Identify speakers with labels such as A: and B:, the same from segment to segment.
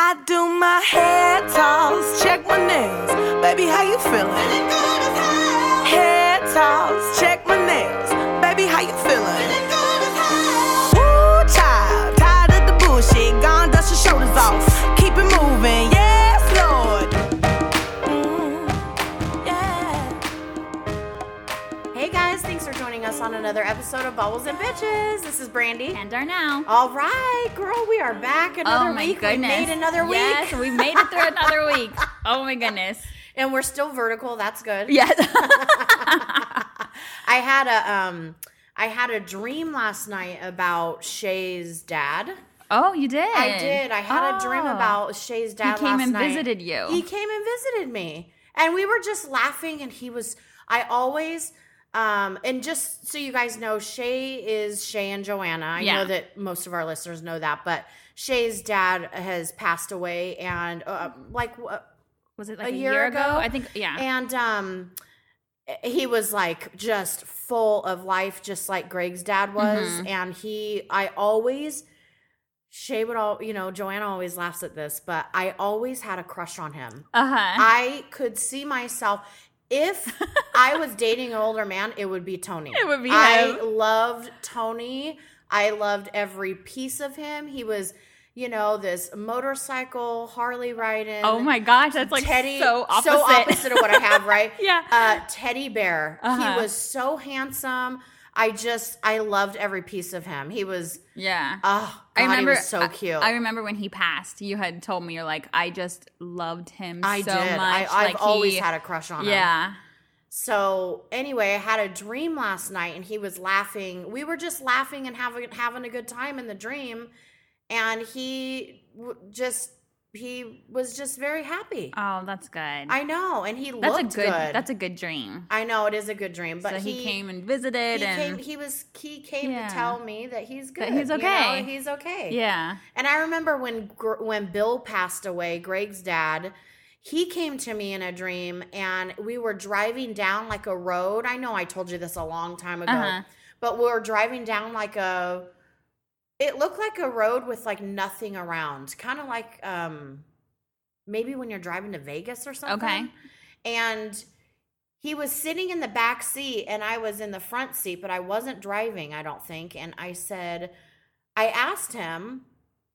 A: I do my hair toss, check my nails. Baby, how you feeling? Hair toss, check my nails. Baby, how you feeling? Woo, child, tired of the bullshit. Gone, dust your shoulders off. Keep it moving, yes, Lord. Mm, yeah.
B: Hey guys, thanks for joining us on another episode of Bubbles and Bitches. This is Brandy.
C: And are now.
B: All right, girl, we are back another
C: oh my
B: week.
C: goodness.
B: We made another week.
C: Yes, we made it through another week. Oh my goodness.
B: and we're still vertical. That's good.
C: Yes.
B: I had a um I had a dream last night about Shay's dad.
C: oh, you did.
B: I did. I had a dream
C: Oh.
B: about Shay's dad
C: came
B: last
C: and
B: night.
C: visited you.
B: He came and visited me. And we were just laughing and he was I always um and just so you guys know, Shay is Shay and Joanna. I
C: Yeah.
B: know that most of our listeners know that, but Shay's dad has passed away and uh, like uh,
C: Was it
B: a
C: like a,
B: year
C: year, ago?
B: ago?
C: I think, yeah.
B: and um he was like just full of life just like Greg's dad was
C: Mhm.
B: and he I always Shay would all you know Joanna always laughs at this but I always had a crush on him.
C: uh huh.
B: I could see myself if I was dating an older man it would be Tony.
C: It would be
B: I
C: him.
B: loved Tony. I loved every piece of him. He was you know this motorcycle Harley riding
C: Oh my gosh, that's like so opposite.
B: opposite of what I have, right?
C: yeah.
B: Uh, teddy bear. He
C: Uh-huh.
B: was so handsome. I just, I loved every piece of him. He was,
C: yeah.
B: oh, God,
C: I remember
B: he was so
C: I-
B: cute.
C: I, remember when he passed. You had told me you're like I just loved him
B: I
C: so
B: did.
C: much.
B: I, I've
C: like
B: always
C: he,
B: had a crush on him.
C: Yeah.
B: So anyway, I had a dream last night, and he was laughing. We were just laughing and having having a good time in the dream, and he w- just he was just very happy.
C: Oh, that's good.
B: I know, and he
C: that's a
B: looked
C: good, That's a good dream.
B: I know it is a good dream, but
C: so he, came and visited
B: he
C: and
B: came he was he came
C: Yeah.
B: to tell me that he's good
C: That he's
B: you know,
C: okay.
B: he's okay
C: yeah.
B: and i remember when Gr- when bill passed away greg's dad he came to me in a dream and we were driving down like a road i know i told you this a long time ago
C: Uh-huh.
B: but we were driving down like a it looked like a road with like nothing around kind of like um maybe when you're driving to vegas or something
C: Okay.
B: and he was sitting in the back seat and I was in the front seat, but I wasn't driving, I don't think. And I said, I asked him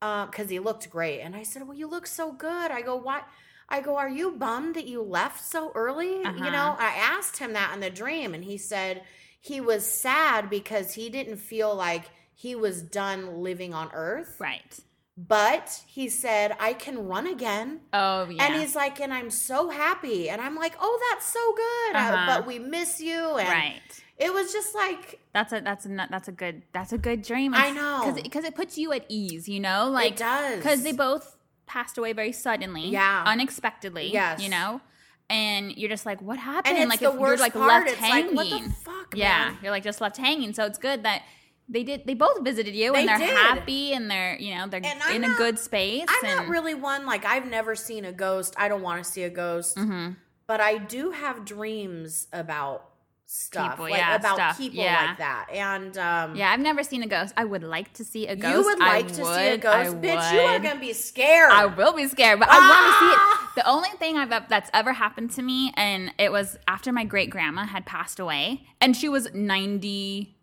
B: because he looked great, and I said, "Well, you look so good." I go, "Why?" I go, "Are you bummed that you left so early?" You
C: Uh-huh.
B: know, I asked him that in the dream, and he said he was sad because he didn't feel like he was done living on Earth,
C: Right.
B: but he said, "I can run again."
C: Oh yeah.
B: And he's like, and I'm so happy. And I'm like, oh, that's so good. I-
C: Uh-huh.
B: but we miss you. And
C: right.
B: it was just like,
C: That's a that's a nu- that's a good that's a good dream.
B: I know.
C: because because it puts you at ease. You know, like
B: it does.
C: because they both passed away very suddenly,
B: Yeah.
C: unexpectedly.
B: Yes.
C: you know, and you're just like, what happened?
B: and it's
C: like
B: the
C: if
B: worst
C: you're like
B: part.
C: left
B: it's
C: hanging.
B: like, what the fuck,
C: yeah,
B: man?
C: you're like just left hanging. So it's good that they did. They both visited you, and
B: They
C: they're
B: did.
C: happy, and they're you know they're
B: And I'm
C: in
B: not-
C: a good space.
B: I'm
C: and,
B: not really one, like, I've never seen a ghost. I don't want to see a ghost.
C: Mhm.
B: But I do have dreams about stuff.
C: People,
B: like,
C: yeah,
B: about
C: stuff,
B: people
C: yeah.
B: like that. And, um,
C: Yeah, I've never seen a ghost. I would like to see a ghost.
B: You would
C: I
B: like to see a
C: would,
B: ghost,
C: I
B: bitch. You are
C: would.
B: gonna be scared.
C: I will be scared, but I
B: Ah!
C: want to see it. The only thing I've that's ever happened to me, and it was after my great grandma had passed away, and she was ninety.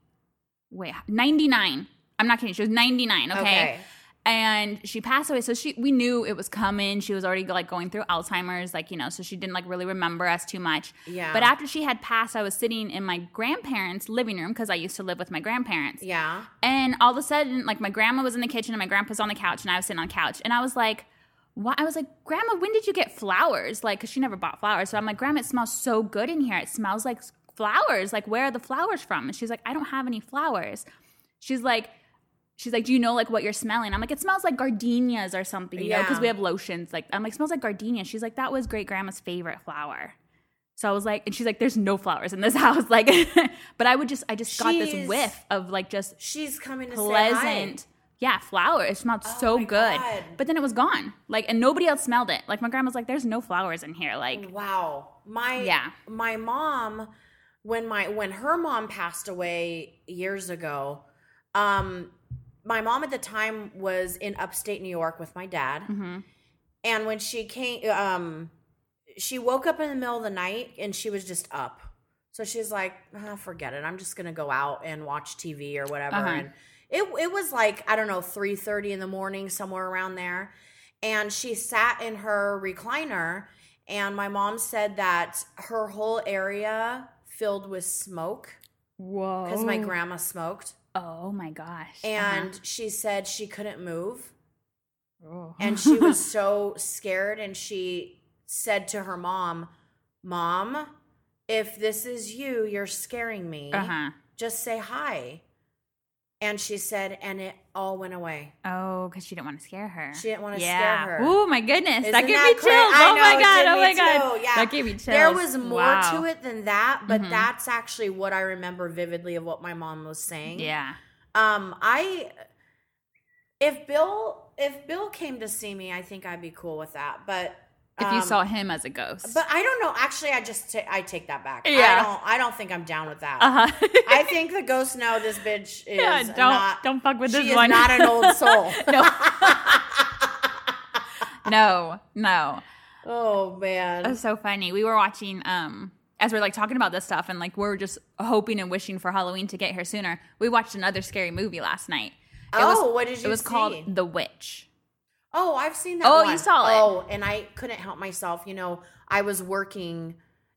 C: Wait, ninety nine. I'm not kidding. She was ninety nine. Okay?
B: Okay.
C: And she passed away, so she we knew it was coming. She was already like going through Alzheimer's, like you know, so she didn't like really remember us too much.
B: Yeah.
C: But after she had passed, I was sitting in my grandparents' living room because I used to live with my grandparents.
B: yeah.
C: And all of a sudden, like my grandma was in the kitchen and my grandpa's on the couch and I was sitting on the couch and I was like, why? I was like, Grandma, when did you get flowers? Like, cause she never bought flowers. So I'm like, Grandma, it smells so good in here. It smells like flowers. Like, where are the flowers from? And she's like, I don't have any flowers. She's like, she's like, do you know like what you're smelling? I'm like, it smells like gardenias or something, you know,
B: Yeah.
C: because we have lotions. Like, I'm like, smells like gardenias. She's like, that was great grandma's favorite flower. So I was like, and she's like, there's no flowers in this house. Like, but I would just, I just got
B: She's-
C: this whiff of like just
B: She's coming to
C: pleasant.
B: say
C: Yeah, flower. It smelled
B: Oh
C: so
B: my
C: good.
B: God.
C: But then it was gone. Like, and nobody else smelled it. Like, my grandma's like, there's no flowers in here. Like,
B: Wow. My
C: Yeah.
B: my mom when my when her mom passed away years ago, um my mom at the time was in upstate New York with my dad
C: mhm.
B: And when she came, um, she woke up in the middle of the night and she was just up. So she's like, "Ah, forget it. I'm just gonna go out and watch TV or whatever.
C: Uh-huh.
B: And it it was like I don't know three thirty in the morning somewhere around there, and she sat in her recliner. And my mom said that her whole area filled with smoke
C: Whoa.
B: because my grandma smoked.
C: Oh my gosh.
B: And she said she couldn't move
C: Uh-huh.
B: and she was so scared and she said to her mom mom if this is you you're scaring me
C: Uh huh.
B: just say hi and she said and it all went away
C: Oh, because she didn't want to scare her.
B: She didn't wanna
C: to
B: scare her.
C: Oh my goodness,
B: Isn't
C: that gave
B: that
C: me
B: cra-
C: chills.
B: I
C: oh
B: know,
C: my
B: it
C: god.
B: did
C: Oh
B: me
C: my god.
B: too, yeah.
C: That gave me chills.
B: there was more
C: Wow.
B: to it than that but
C: Mhm.
B: that's actually what i remember vividly of what my mom was saying
C: Yeah.
B: um i if bill if bill came to see me i think i'd be cool with that but
C: If
B: um,
C: you saw him as a ghost.
B: But I don't know. Actually, I just ta- I take that back. I
C: Yeah.
B: don't. I don't think I'm down with that.
C: uh huh.
B: I think the ghosts know this bitch is
C: yeah, don't
B: not.
C: don't fuck with
B: she
C: this
B: is
C: one.
B: not an old soul.
C: no. no, no.
B: oh man.
C: That's so funny. We were watching um as we're like talking about this stuff and like we're just hoping and wishing for Halloween to get here sooner. We watched another scary movie last night. It
B: oh,
C: was,
B: what did you?
C: it was
B: see?
C: called The Witch.
B: Oh, I've seen that.
C: Oh,
B: Oh,
C: you saw it.
B: Oh, and I couldn't help myself. You know, I was working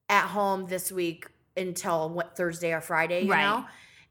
B: at home this week until what Thursday or Friday. You
C: Right.
B: know,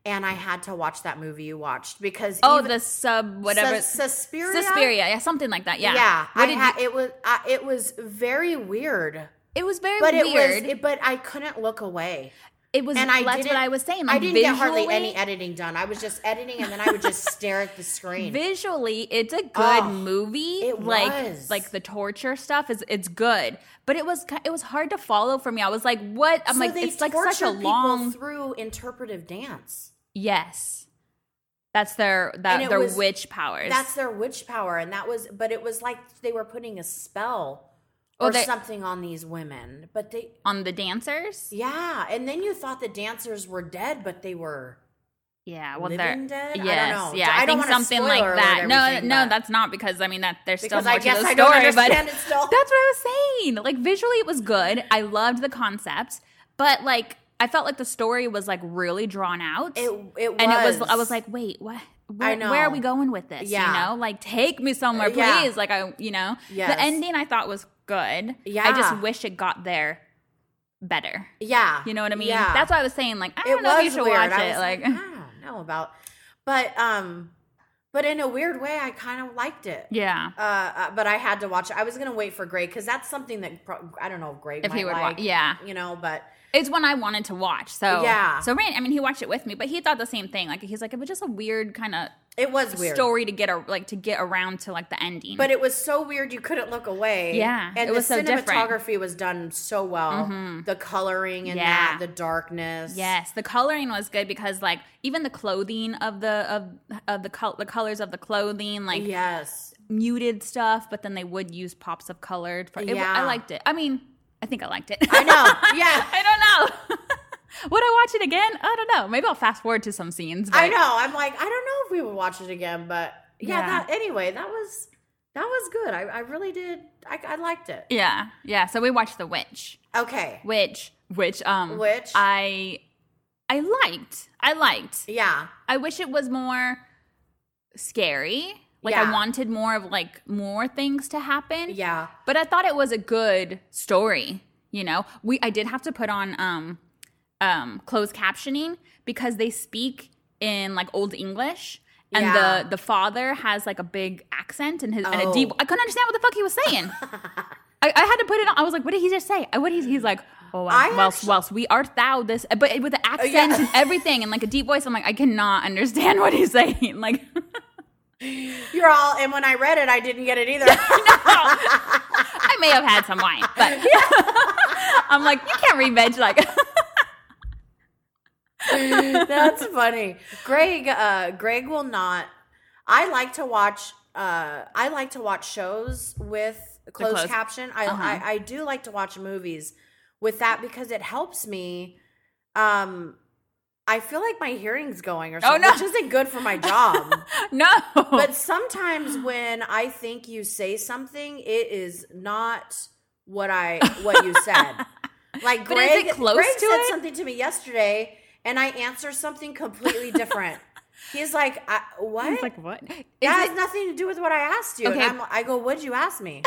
B: and I had to watch that movie you watched because
C: Oh,
B: even-
C: the sub whatever
B: Sus- Suspiria.
C: Suspiria, yeah, something like that. Yeah,
B: yeah.
C: What
B: I
C: did
B: ha-
C: you-
B: it was I, it was very weird,
C: it was very
B: but
C: weird.
B: it was it, but I couldn't look away.
C: It was,
B: and I
C: that's what
B: didn't-
C: I was saying.
B: I
C: like,
B: didn't get hardly any
C: visually-
B: editing done. I was just editing, and then I would just stare at the screen.
C: Visually, it's a good
B: Oh,
C: movie.
B: it
C: like
B: was.
C: like the torture stuff is it's good, but it was ki- it was hard to follow for me. I was like, what? I'm
B: so
C: like,
B: they
C: it's like such a
B: torture people
C: long.
B: through interpretive dance.
C: yes, that's their
B: And
C: that
B: it
C: their
B: was-
C: witch powers.
B: That's their witch power, and that was. But it was like they were putting a spell
C: Oh,
B: or
C: they-
B: something on these women. But they,
C: on the dancers.
B: yeah. And then you thought the dancers were dead, but they were.
C: Yeah, well,
B: Living
C: they're
B: Dead? I don't
C: yes,
B: know.
C: yeah.
B: I don't
C: I, think
B: wanna
C: something
B: spoil
C: like
B: or
C: that. No,
B: everything,
C: no,
B: but-
C: that's not because I mean that there's still
B: Because
C: more
B: I
C: to
B: guess
C: the
B: I
C: story.
B: don't
C: but
B: understand it still.
C: that's what I was saying. Like visually, it was good. I loved the concept, but like I felt like the story was like really drawn out.
B: It it was.
C: and it was I was like, wait, what? Where,
B: I know.
C: where are we going with this?
B: Yeah.
C: You know, like take me somewhere, please.
B: Yeah.
C: Like I, you know,
B: Yes.
C: the ending I thought was good. I
B: Yeah.
C: just wish it got there better.
B: yeah,
C: You know what I mean?
B: Yeah.
C: That's why I was saying like I
B: it
C: don't
B: was
C: know if you should
B: weird.
C: watch
B: I
C: it.
B: was
C: Like,
B: I don't know about, but um, but in a weird way, I kind of liked it.
C: yeah.
B: Uh, uh, but I had to watch it. I was gonna wait for Greg because that's something that pro- I don't know if Greg
C: If
B: might
C: he would
B: like,
C: watch, yeah,
B: you know. But
C: it's one I wanted to watch. So
B: Yeah.
C: so Rand, I mean, he watched it with me, but he thought the same thing. Like he's like, it was just a weird kind of
B: it was weird.
C: story to get a, like to get around to like the ending.
B: But it was so weird you couldn't look away.
C: Yeah,
B: and
C: it was
B: the
C: so different. Mm-hmm.
B: cinematography was done so well. The coloring and that,
C: Yeah.
B: the darkness.
C: Yes, the coloring was good because like even the clothing of the of of the col- the colors of the clothing like
B: yes.
C: muted stuff, but then they would use pops of colored. For, it,
B: Yeah.
C: I liked it. I mean, I think I liked it.
B: I know. Yeah.
C: I don't know. would I watch it again? I don't know. Maybe I'll fast forward to some scenes. But
B: I know. I'm like, I don't know if we would watch it again, but yeah.
C: Yeah.
B: That anyway, that was that was good. I, I really did. I, I liked it.
C: Yeah, yeah. So we watched The Witch,
B: Okay.
C: which which um
B: Which?
C: I I liked. I liked.
B: Yeah.
C: I wish it was more scary. Like
B: Yeah.
C: I wanted more of like more things to happen.
B: Yeah.
C: But I thought it was a good story, you know. We I did have to put on um um closed captioning because they speak in like old English. And
B: Yeah.
C: the the father has like a big accent and his and
B: Oh.
C: a deep I couldn't understand what the fuck he was saying. I, I had to put it on I was like, what did he just say? What he's he's like, Oh
B: I Oh,
C: well, whilst,
B: actu-
C: whilst we art thou this but with the accent and everything and like a deep voice, I'm like, I cannot understand what he's saying. Like
B: You're all. And when I read it, I didn't get it either.
C: I may have had some wine, but I'm like, you can't read veg like
B: That's funny. Greg. Uh, Greg will not. I like to watch. Uh, I like to watch shows with closed
C: closed-
B: caption. I,
C: Uh-huh.
B: I I do like to watch movies with that because it helps me. Um, I feel like my hearing's going or
C: Oh,
B: something,
C: no.
B: which isn't good for my job.
C: No.
B: but sometimes when I think you say something, it is not what I what you said. Like
C: But
B: Greg,
C: is it close
B: Greg
C: to
B: said
C: it?
B: something to me yesterday, and I answer something completely different. He's like, I, "What?
C: It's like what? Is
B: that has
C: it-
B: nothing to do with what I asked you."
C: Okay.
B: And I'm, I go, "What'd you ask me?"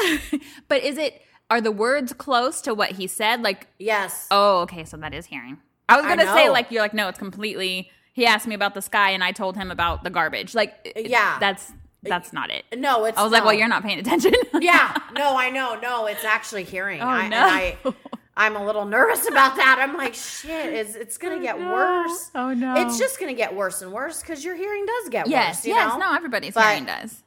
C: but is it are the words close to what he said? Like,
B: yes.
C: oh, okay, so that is hearing. I was
B: I
C: gonna say
B: know.
C: like you're like no, it's completely. He asked me about the sky, and I told him about the garbage. Like, it-
B: Yeah.
C: that's that's not it.
B: No, it's.
C: I was like, well,
B: no.
C: you're not paying attention.
B: yeah. No, I know. No, it's actually hearing.
C: Oh
B: I, and
C: no.
B: I, I'm a little nervous about that. I'm like, shit, it's, it's going to get
C: no.
B: worse.
C: Oh, no.
B: It's just going to get worse and worse because your hearing does get
C: yes,
B: worse. You
C: yes.
B: know?
C: No, everybody's
B: But-
C: hearing does.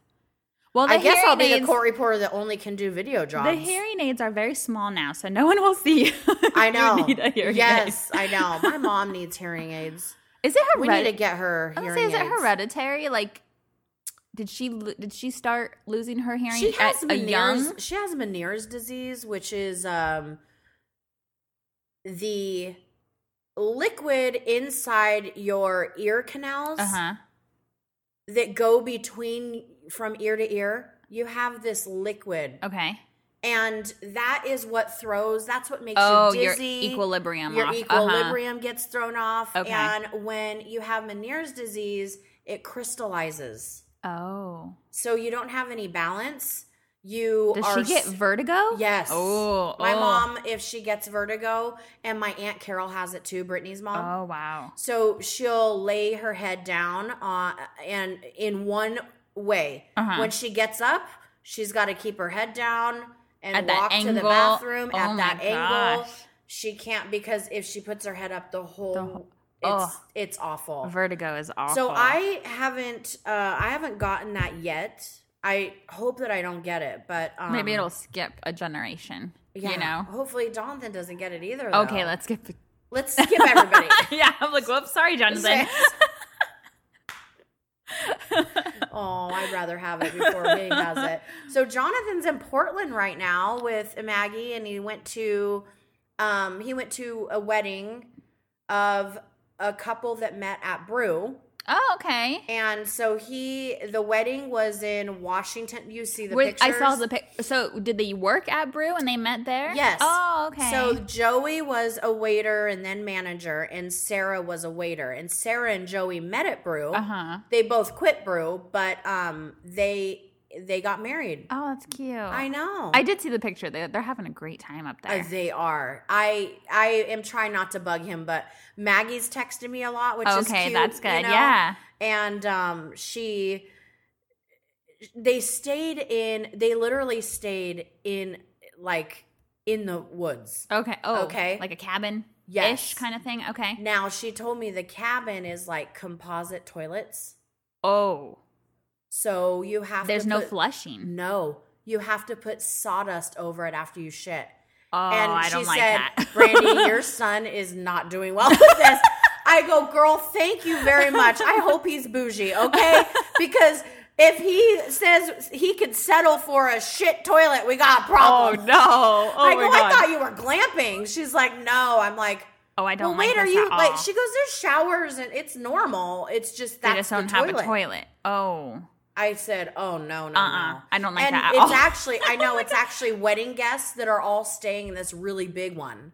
C: Well, the
B: I guess I'll
C: hearing
B: be
C: aids,
B: the court reporter that only can do video jobs.
C: The hearing aids are very small now, so no one will see. you.
B: I
C: You
B: know.
C: need a hearing aid.
B: yes, I know. My mom needs hearing aids.
C: Is it
B: We
C: hereditary?
B: need to get her
C: I was
B: hearing
C: gonna say, is it
B: aids.
C: hereditary? Like, did she lo- did she start losing her hearing
B: She has
C: at a young?
B: Meniere's. She has Meniere's disease, which is um the liquid inside your ear canals
C: Uh huh.
B: that go between from ear to ear. You have this liquid,
C: Okay.
B: and that is what throws. That's what makes
C: Oh,
B: you
C: your
B: dizzy.
C: equilibrium.
B: Your
C: off. Uh-huh.
B: equilibrium gets thrown off,
C: Okay.
B: and when you have Meniere's disease, it crystallizes.
C: Uh-huh. Oh.
B: So you don't have any balance. You
C: Does
B: are
C: she get
B: s-
C: vertigo?
B: Yes.
C: Oh.
B: My
C: oh.
B: mom, if she gets vertigo, and my aunt Carol has it too, Brittany's mom.
C: Oh wow.
B: So she'll lay her head down uh, and in one way.
C: Uh-huh.
B: When she gets up, she's got to keep her head down and
C: At that
B: walk to the
C: angle.
B: bathroom
C: Oh
B: at
C: my
B: that angle.
C: gosh.
B: She can't because if she puts her head up, the whole
C: whole-
B: it's
C: Ugh.
B: it's awful.
C: Vertigo is oh. awful.
B: So I haven't uh, I haven't gotten that yet. I hope that I don't get it, but um,
C: maybe it'll skip a generation.
B: yeah.
C: You know.
B: Hopefully, Jonathan doesn't get it either.
C: Okay,
B: though.
C: let's skip.
B: let's skip everybody.
C: yeah, I'm like, whoops, sorry, Jonathan.
B: oh, I'd rather have it before he has it. So Jonathan's in Portland right now with Maggie, and he went to um, he went to a wedding of a couple that met at Brew,
C: oh, okay.
B: and so he the wedding was in Washington. You see the
C: Where-
B: pictures.
C: I saw the pic. So did they work at Brew and they met there?
B: Yes.
C: Oh, okay.
B: So Joey was a waiter and then manager, and Sarah was a waiter. And Sarah and Joey met at Brew.
C: Uh huh.
B: They both quit Brew, but um, they they got married.
C: Oh, that's cute.
B: I know.
C: I did see the picture. They, they're having a great time up there.
B: Uh, they are. I I am trying not to bug him, but Maggie's texted me a lot, which is
C: okay,
B: cute,
C: that's
B: you
C: good.
B: know?
C: Yeah.
B: and um, she they stayed in. They literally stayed in like in the woods.
C: Okay. Oh,
B: Okay.
C: Like a cabin ish
B: Yes.
C: kind of thing. Okay.
B: Now she told me the cabin is like composite toilets,
C: Oh,
B: so you have
C: there's
B: to
C: no
B: put-
C: flushing.
B: No, you have to put sawdust over it after you shit.
C: Oh,
B: and
C: I
B: she
C: don't
B: said,
C: like that.
B: "Brandy, your son is not doing well with this." I go, "Girl, thank you very much. I hope he's bougie, okay? Because if he says he could settle for a shit toilet, we got a
C: Oh
B: problem."
C: no! Oh
B: I
C: my
B: go,
C: god!
B: "I thought you were glamping." She's like, "No." I'm like.
C: oh, I
B: Well,
C: don't.
B: wait,
C: like
B: are
C: this
B: you
C: at all.
B: like? She goes, "There's showers and it's normal. It's just
C: They
B: that's
C: just don't
B: the
C: have
B: toilet.
C: a toilet. Oh,
B: I said, "Oh no, no,
C: Uh-uh.
B: no,
C: I don't like
B: and
C: that at
B: it's
C: all.
B: actually, I know it's actually wedding guests that are all staying in this really big one.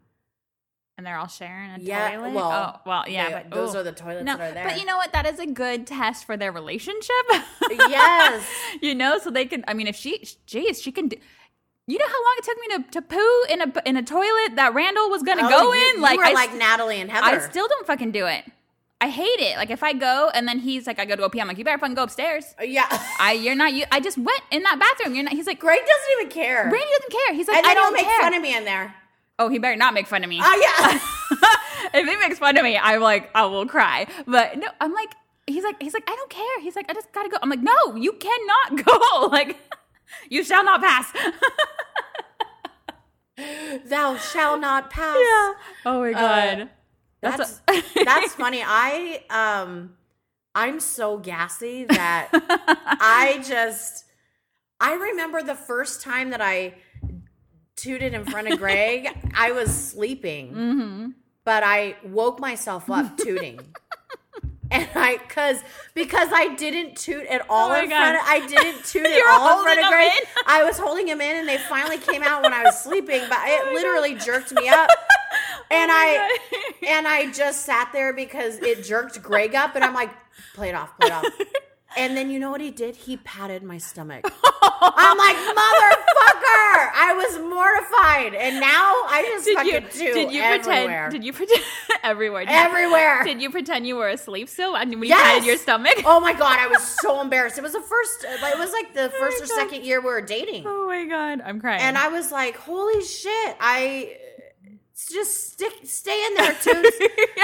C: and they're all sharing a
B: Yeah,
C: toilet.
B: well,
C: oh, well, yeah,
B: they-
C: but
B: those
C: ooh.
B: are the toilets
C: No,
B: that are there.
C: but you know what? That is a good test for their relationship.
B: Yes.
C: you know, so they can. I mean, if she, geez, she can. Do, you know how long it took me to, to poo in a in a toilet that Randall was gonna
B: Oh,
C: go
B: you-
C: in?
B: you
C: like,
B: were
C: I,
B: like
C: st-
B: Natalie and Heather.
C: I still don't fucking do it. I hate it. Like if I go and then he's like, I go to go pee. I'm like, you better fucking go upstairs.
B: yeah,
C: I you're not you. I just went in that bathroom. You're not. He's like,
B: Greg doesn't even care,
C: Randy doesn't care. He's like,
B: and they
C: I
B: don't
C: don't
B: make
C: care.
B: fun of me in there.
C: Oh, he better not make fun of me.
B: Oh yeah,
C: if he makes fun of me, I'm like, I will cry. But no, I'm like, he's like, he's like, I don't care. He's like, I just gotta go. I'm like, no, you cannot go. Like, you shall not pass.
B: thou shall not pass.
C: Oh my
B: God.
C: That's
B: That's
C: a-
B: that's funny. I um I'm so gassy that I just I remember the first time that I tooted in front of
C: Mm-hmm.
B: Greg, I was sleeping. But I woke myself up tooting. And I, cause because I didn't toot at all
C: Oh my
B: in front.
C: God.
B: Of, I didn't toot
C: You
B: at
C: were
B: all in front
C: holding
B: of
C: 'em
B: Greg.
C: in?
B: I was holding him in, and they finally came out when I was sleeping. But
C: Oh
B: it literally jerked me up, and I and I just sat there because it jerked Greg up, and I'm like, play it off, play it off. And then you know what he did? He patted my stomach. I'm like, motherfucker! I was mortified, and now I just
C: Did you,
B: fucking do
C: did you
B: everywhere.
C: pretend? Did you pretend everywhere? Did you-
B: everywhere.
C: Did you pretend you were asleep still? I mean, when
B: Yes!
C: you patted your stomach.
B: Oh my god, I was so embarrassed. It was the first, it was like the first or
C: Oh God.
B: second year we were dating,
C: Oh my god, I'm crying.
B: and I was like, "Holy shit!" I just stick, stay in there, toots.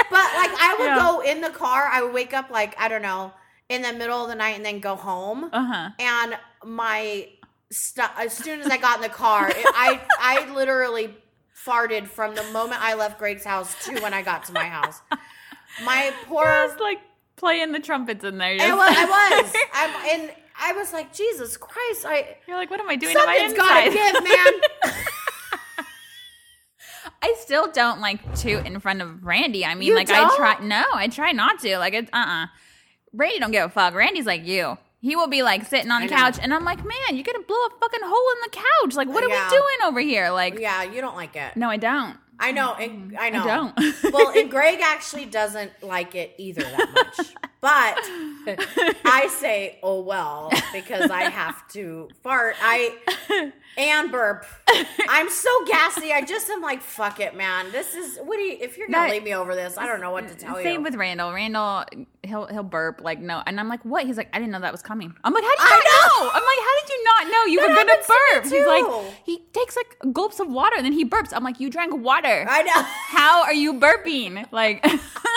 B: But like, I would
C: Yeah.
B: go in the car. I would wake up like I don't know in the middle of the night, and then go home.
C: uh huh.
B: And my stu- as soon as I got in the car, it, I I literally farted from the moment I left Greg's house to when I got to my house. My poor
C: Just like playing the trumpets in there.
B: I
C: Just-
B: was. I was. I'm, and I was like, Jesus Christ! I
C: You're like, what am I doing to my
B: something's got to
C: inside?
B: give, man.
C: I still don't like toot in front of Randy. I mean,
B: You
C: like
B: don't?
C: I try. No, I try not to. Like, it's uh uh Randy don't give a fuck. Randy's like you. He will be like sitting on
B: I
C: the
B: know.
C: couch, and I'm like, man, you're gonna blow a fucking hole in the couch. Like, what are
B: Yeah.
C: we doing over here? Like,
B: yeah, you don't like it.
C: no, I don't.
B: I know. And, I
C: Mm-hmm. I
B: know.
C: don't.
B: well, and Greg actually doesn't like it either that much. But I say, oh well, because I have to fart. I and burp. I'm so gassy. I just am like, fuck it, man. This is what do you? If you're gonna
C: That-
B: leave me over this, I don't know what to tell you.
C: Same with Randall. Randall, he'll he'll burp like no, and I'm like, what? He's like, I didn't know that was coming. I'm like, how did you
B: I
C: not know? I'm like, how did you not know you
B: That
C: were gonna
B: happens to me
C: burp? He's
B: too.
C: like, he takes like gulps of water and then he burps. I'm like, you drank water.
B: I know.
C: How are you burping? Like,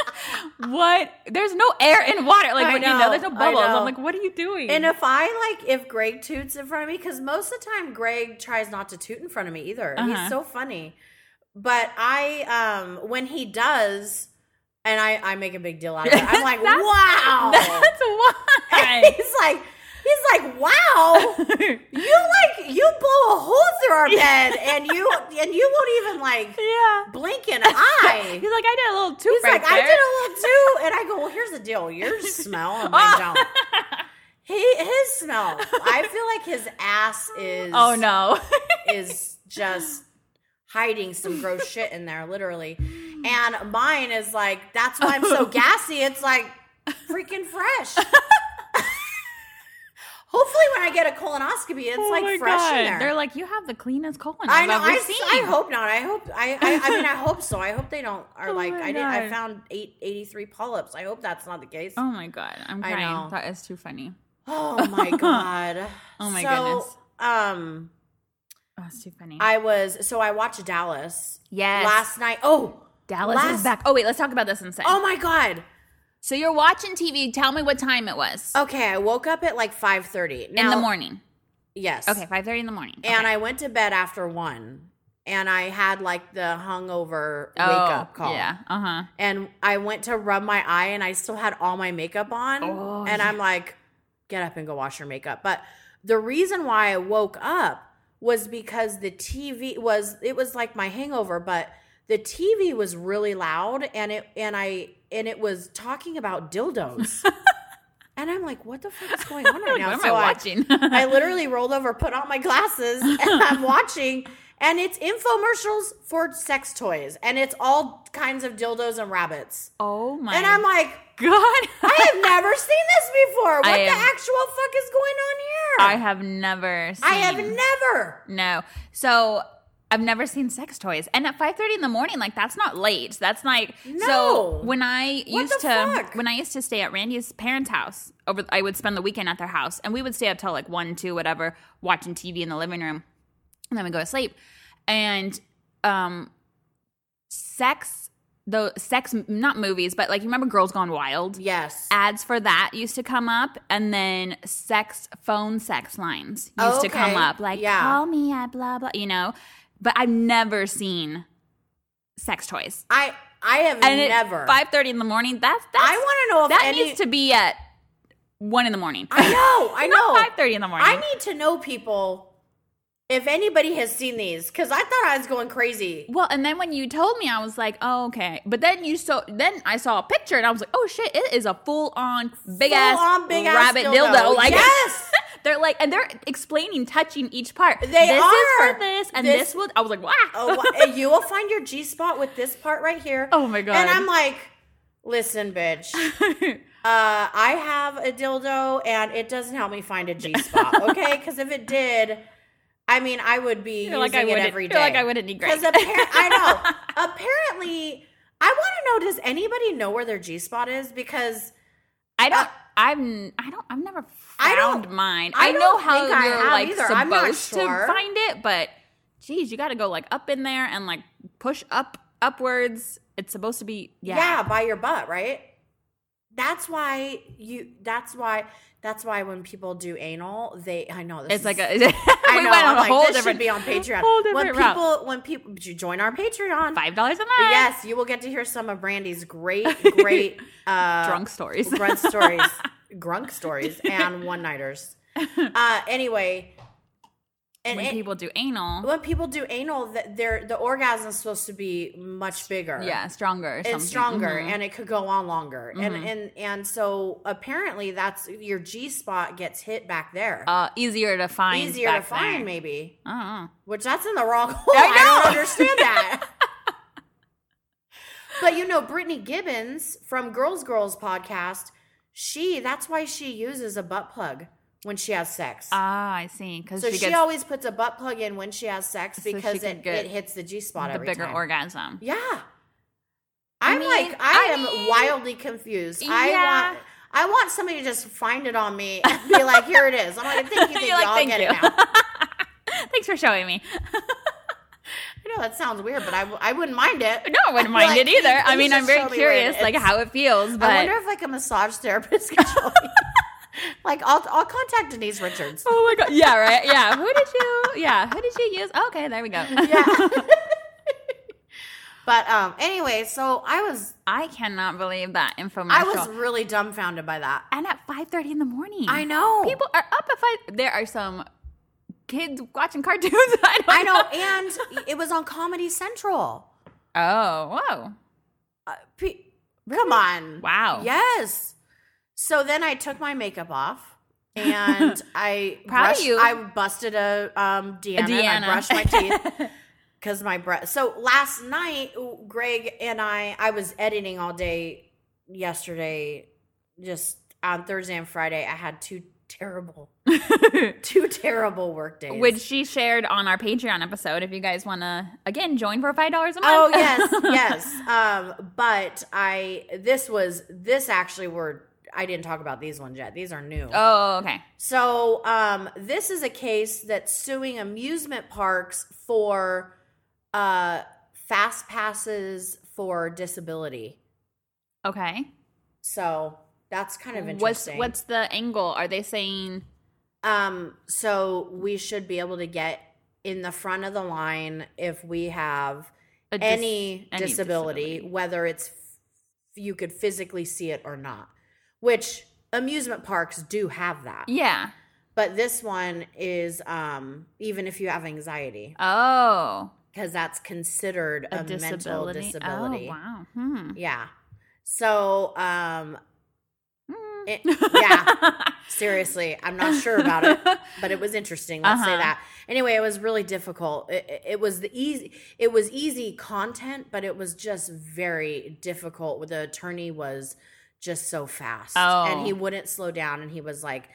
C: what? There's no air in water. Like,
B: I
C: what, you
B: know,
C: know, there's no
B: I
C: bubbles.
B: know.
C: I'm like, what are you doing?
B: And if I like, if Greg toots in front of me, because most of the time Greg tries not to toot in front of me either. He's
C: Uh-huh.
B: so funny. But I, um, when he does, and I, I make a big deal out of it. I'm like,
C: That's-
B: wow.
C: That's why.
B: he's like, he's like, wow. You like, you blow a hole through our bed, and you, and you won't even like
C: yeah.
B: blink an eye.
C: He's like, I did a little toot
B: He's
C: right
B: like,
C: there.
B: I did a little too, and I go, well, here's the deal: yours smell and mine don't. He his smell. I feel like his ass is
C: Oh no.
B: is just hiding some gross shit in there, literally. And mine is like that's why I'm so gassy. It's like freaking fresh. Hopefully, when I get a colonoscopy, it's
C: Oh my
B: like fresh in there.
C: God. They're like, you have the cleanest colon
B: I
C: I've
B: know.
C: ever
B: I,
C: seen.
B: I hope not. I hope. I. I, I mean, I hope so. I hope they don't. Are
C: Oh
B: like
C: my
B: I did. I
C: God.
B: found eight eighty three polyps. I hope that's not the case.
C: Oh my god, I'm
B: I
C: crying.
B: know.
C: That is too funny.
B: Oh my god.
C: Oh my goodness.
B: Um,
C: That's too funny.
B: I was so I watched Dallas
C: yes,
B: last night. Oh,
C: Dallas
B: last-
C: is back. Oh wait, let's talk about this instead.
B: oh my god.
C: so you're watching TV. Tell me what time it was
B: Okay, I woke up at like five thirty
C: in the morning.
B: Yes.
C: Okay, five thirty in the morning.
B: And
C: okay.
B: I went to bed after one, and I had like the hungover wake
C: Oh,
B: up call.
C: Yeah. Uh huh.
B: and I went to rub my eye and I still had all my makeup on.
C: Oh,
B: and
C: yeah.
B: I'm like, get up and go wash your makeup. But the reason why I woke up was because the TV was it was like my hangover, but the TV was really loud and it and I and it was talking about dildos. and I'm like, what the fuck is going on right
C: What
B: now?
C: am I
B: So I-
C: watching?
B: I literally rolled over, put on my glasses, and I'm watching. And it's infomercials for sex toys, and it's all kinds of dildos and rabbits.
C: oh my.
B: And I'm like,
C: god.
B: I have never seen this before. What
C: I
B: the
C: am-
B: actual fuck is going on here?
C: I have never. Seen,
B: I have never.
C: No. So I've never seen sex toys, and at five thirty in the morning, like that's not late. That's like
B: No.
C: so. When I
B: What
C: used
B: the
C: to
B: fuck?
C: when I used to stay at Randy's parents' house over, I would spend the weekend at their house, and we would stay up till like one, two, whatever, watching TV in the living room, and then we go to sleep. And um, sex, though sex, not movies, but like you remember Girls Gone Wild.
B: Yes.
C: Ads for that used to come up, and then sex phone sex lines used to come
B: Okay,
C: up, like
B: yeah.
C: call me at blah blah, you know. But I've never seen sex toys,
B: I I have
C: and
B: never.
C: five thirty in the morning. That's that's
B: I want to know if
C: that
B: any.
C: needs to be at one in the morning.
B: I know. I know.
C: five thirty in the morning.
B: I need to know people if anybody has seen these, because I thought I was going crazy.
C: Well, and then when you told me, I was like, oh, okay. But then you so then I saw a picture and I was like, oh shit, it is a full on big ass
B: Full-on big-ass
C: rabbit dildo.
B: dildo.
C: Like
B: Yes!
C: they're like and they're explaining touching each part.
B: They
C: this is
B: are.
C: for this and
B: This-
C: this, will I was like, wow.
B: Oh, wha- and you will find your G spot with this part right here.
C: Oh my God.
B: And I'm like, listen, bitch. Uh, I have a dildo, and it doesn't help me find a G spot. Okay, because if it did, I mean, I would be using
C: You're like, I
B: it
C: wouldn't-
B: every day.
C: you're like, I wouldn't need Greg.
B: Because appar- I know. Apparently, I want to know. Does anybody know where their G spot is? Because
C: I don't I'm I don't I've never found
B: uh, I don't-
C: mine.
B: I
C: I, know
B: don't
C: how
B: think
C: you're
B: I have
C: like
B: either.
C: supposed
B: I'm not sure.
C: to find it, but geez, you gotta go like up in there and like push up upwards. It's supposed to be
B: yeah.
C: yeah.
B: by your butt, right? That's why you. That's why. That's why when people do anal, they. I know this.
C: It's
B: is-
C: like a, we
B: I know.
C: went on
B: I'm
C: a
B: like,
C: whole
B: this
C: different
B: should be on Patreon.
C: Whole
B: when
C: different
B: people,
C: route.
B: when people, would you join our Patreon?
C: five dollars a month.
B: Yes, you will get to hear some of Brandy's great, great uh,
C: drunk stories.
B: grunt stories, grunk stories, and one nighters. Uh, anyway, and
C: when
B: it-
C: people do anal,
B: when people do anal, th- their the orgasm is supposed to be much bigger.
C: yeah, stronger. or something.
B: It's stronger
C: Mhm.
B: and it could go on longer. And
C: Mhm.
B: and and so apparently that's your G spot gets hit back there.
C: uh, easier to find.
B: Easier to
C: back Uh-huh.
B: find
C: there.
B: maybe.
C: I don't know.
B: Which that's in the wrong hole.
C: I
B: I, don't
C: know.
B: understand that. but you know, Brittany Gibbons from Girls Girls podcast, she that's why she uses a butt plug when she has sex.
C: Ah, I see. Because
B: so
C: she
B: she,
C: gets
B: always puts a butt plug in when she has sex
C: So she
B: because
C: can
B: it,
C: get
B: it hits the G spot
C: the
B: every
C: bigger
B: time.
C: orgasm.
B: Yeah. I'm
C: mean-
B: like I,
C: I
B: am
C: mean-
B: wildly confused. I
C: Yeah.
B: want I want somebody to just find it on me and be like, here it is. I'm like, thank you, thank you,
C: You're like,
B: I'll
C: "Thank
B: get
C: you."
B: it now.
C: Thanks for showing me.
B: I know that sounds weird, but I, w- I wouldn't mind it.
C: No, I wouldn't mind
B: Like,
C: it either.
B: please
C: I mean,
B: just
C: I'm
B: show
C: very
B: me where it
C: curious, like
B: is.
C: how it feels. But
B: I wonder if like a massage therapist could show me. like I'll I'll contact Denise Richards.
C: oh my god, yeah, right, yeah. Who did you? Yeah, who did you use? Okay, there we go.
B: Yeah. but um anyway, so I was
C: I cannot believe that infomercial.
B: I was really dumbfounded by that.
C: and at five thirty in the morning.
B: I know.
C: Mm. People are up at five. There are some kids watching cartoons. I, don't
B: I know, and it was on Comedy Central.
C: Oh, whoa.
B: Uh, pe- Come on.
C: Wow.
B: Yes. So then I took my makeup off and I
C: Proud of
B: brushed,
C: you.
B: I busted a um Deanna, And I
C: Deanna.
B: brushed my teeth because my breath. So last night, Greg and I, I was editing all day yesterday, just on Thursday and Friday. I had two terrible, two terrible work days.
C: Which she shared on our Patreon episode. If you guys want to, again, join for $5 a month.
B: Oh yes, yes. Um, but I this was this actually were I didn't talk about these ones yet. These are new.
C: oh, okay.
B: So um, this is a case that's suing amusement parks for uh, fast passes for disability.
C: Okay.
B: So that's kind of
C: What's,
B: interesting.
C: what's the angle? Are they saying,
B: um, so we should be able to get in the front of the line if we have
C: a dis-
B: any,
C: any
B: disability,
C: disability.
B: whether it's f- you could physically see it or not, which amusement parks do have that.
C: Yeah.
B: But this one is um, even if you have anxiety,
C: Oh,
B: because that's considered a,
C: a, disability.
B: mental disability.
C: Oh, wow. Hmm.
B: Yeah. So, um,
C: Hmm.
B: it, yeah, seriously, I'm not sure about it, but it was interesting. Let's say
C: Uh-huh.
B: that. Anyway, it was really difficult. It, it- it was the easy, it was easy content, but it was just very difficult. The attorney was just so fast, and he
C: Oh.
B: wouldn't slow down, and he was like,